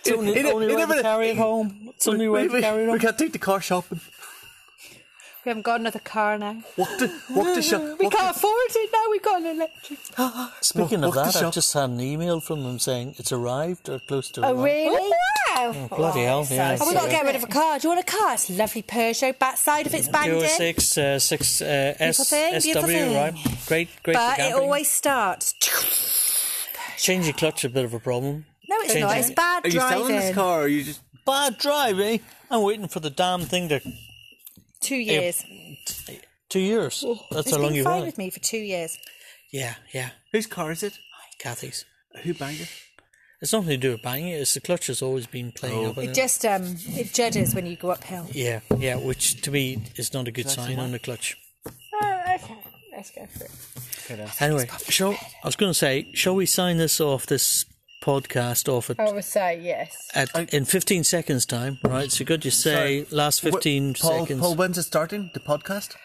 D: It's only,
C: It- it-
D: only
C: it
D: way
C: never-
D: to carry it home. It's only way to
C: we,
D: carry it
C: we
D: home.
C: can't take the car shopping.
A: We haven't got another car now.
C: Walk the walk the shop.
A: We
C: walk the-
A: can't afford it now. We've got an electric.
D: Speaking
C: walk
D: of
C: the
D: that, I
C: shop.
D: just had an email from them saying it's arrived or close to
A: Oh,
D: arriving.
A: really?
B: Wow.
D: Oh, Bloody hell! Yeah,
A: Have we got to get rid of a car? Do you want a car? It's a lovely Peugeot, backside of it's
D: Two oh
A: banded.
D: six uh, six uh, S
A: thing,
D: SW,
A: beautiful thing.
D: right? Great, great. for
A: But it
D: camping.
A: always starts.
D: change your clutch a bit of a problem.
A: No, it's
D: Change
A: not.
D: it.
A: It's bad
C: Are you
A: driving.
C: selling this car? Or are you just?
D: Bad drive, eh? I'm waiting for the damn thing to eh,
A: Two years.
D: two years. That's
A: Oh, It's
D: how long
A: been
D: you
A: fine
D: want.
A: with me for two years.
D: Yeah, yeah.
C: Whose car is it?
D: Kathy's.
C: Who banged it?
D: It's nothing to do with banging it. It's the clutch has always been playing up. in
A: It just um, it judders when you go uphill.
D: yeah, yeah, which to me is not a good sign on the clutch.
A: Oh, okay, let's go for it.
D: Anyway, shall, I was going to say, shall we sign this off this podcast off at,
B: I would say yes.
D: at in 15 seconds time, right? So could you say
C: Sorry.
D: last 15
C: Wh- Paul,
D: seconds?
C: Paul, when's it starting? The podcast?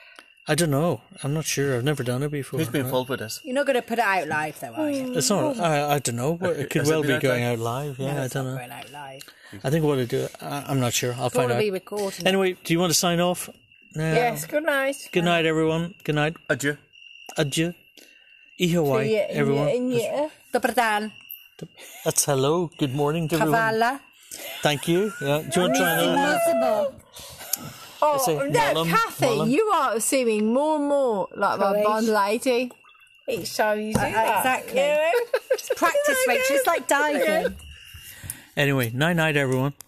D: I don't know. I'm not sure. I've never done it before.
C: Who's been
D: right?
C: involved with this?
A: You're not going to put it out live, though, are you?
D: It's not. I, I don't know. But it could
C: Has it
D: well
C: been
D: be
C: out
D: going
C: live?
D: out live. Yeah, Oh, I
A: It's
D: don't
A: not
D: know.
A: going out live.
D: I think what I do. I, I'm not sure. I'll
A: It's going
D: find
A: to
D: out.
A: be recorded.
D: Anyway, do you want to sign off? No.
B: Yes, good night.
D: Good night, everyone. Good night.
C: Adieu.
D: Adieu. Ihawai,
B: Yeah,
D: everyone.
B: yeah, yeah.
A: Dobry dan,
D: That's hello. Good morning to everyone.
A: kawala.
D: Thank you. Yeah. Do you want to try another?
A: Impossible.
B: Oh,
D: say
B: no,
D: Malam,
B: Kathy,
D: Malam.
B: you are seeming more and more like my
A: Croatian.
B: Bond lady. Uh, Each time you do that.
A: exactly.
B: you know?
A: Practice, Rachel. It's like diving.
D: Anyway, night night, everyone.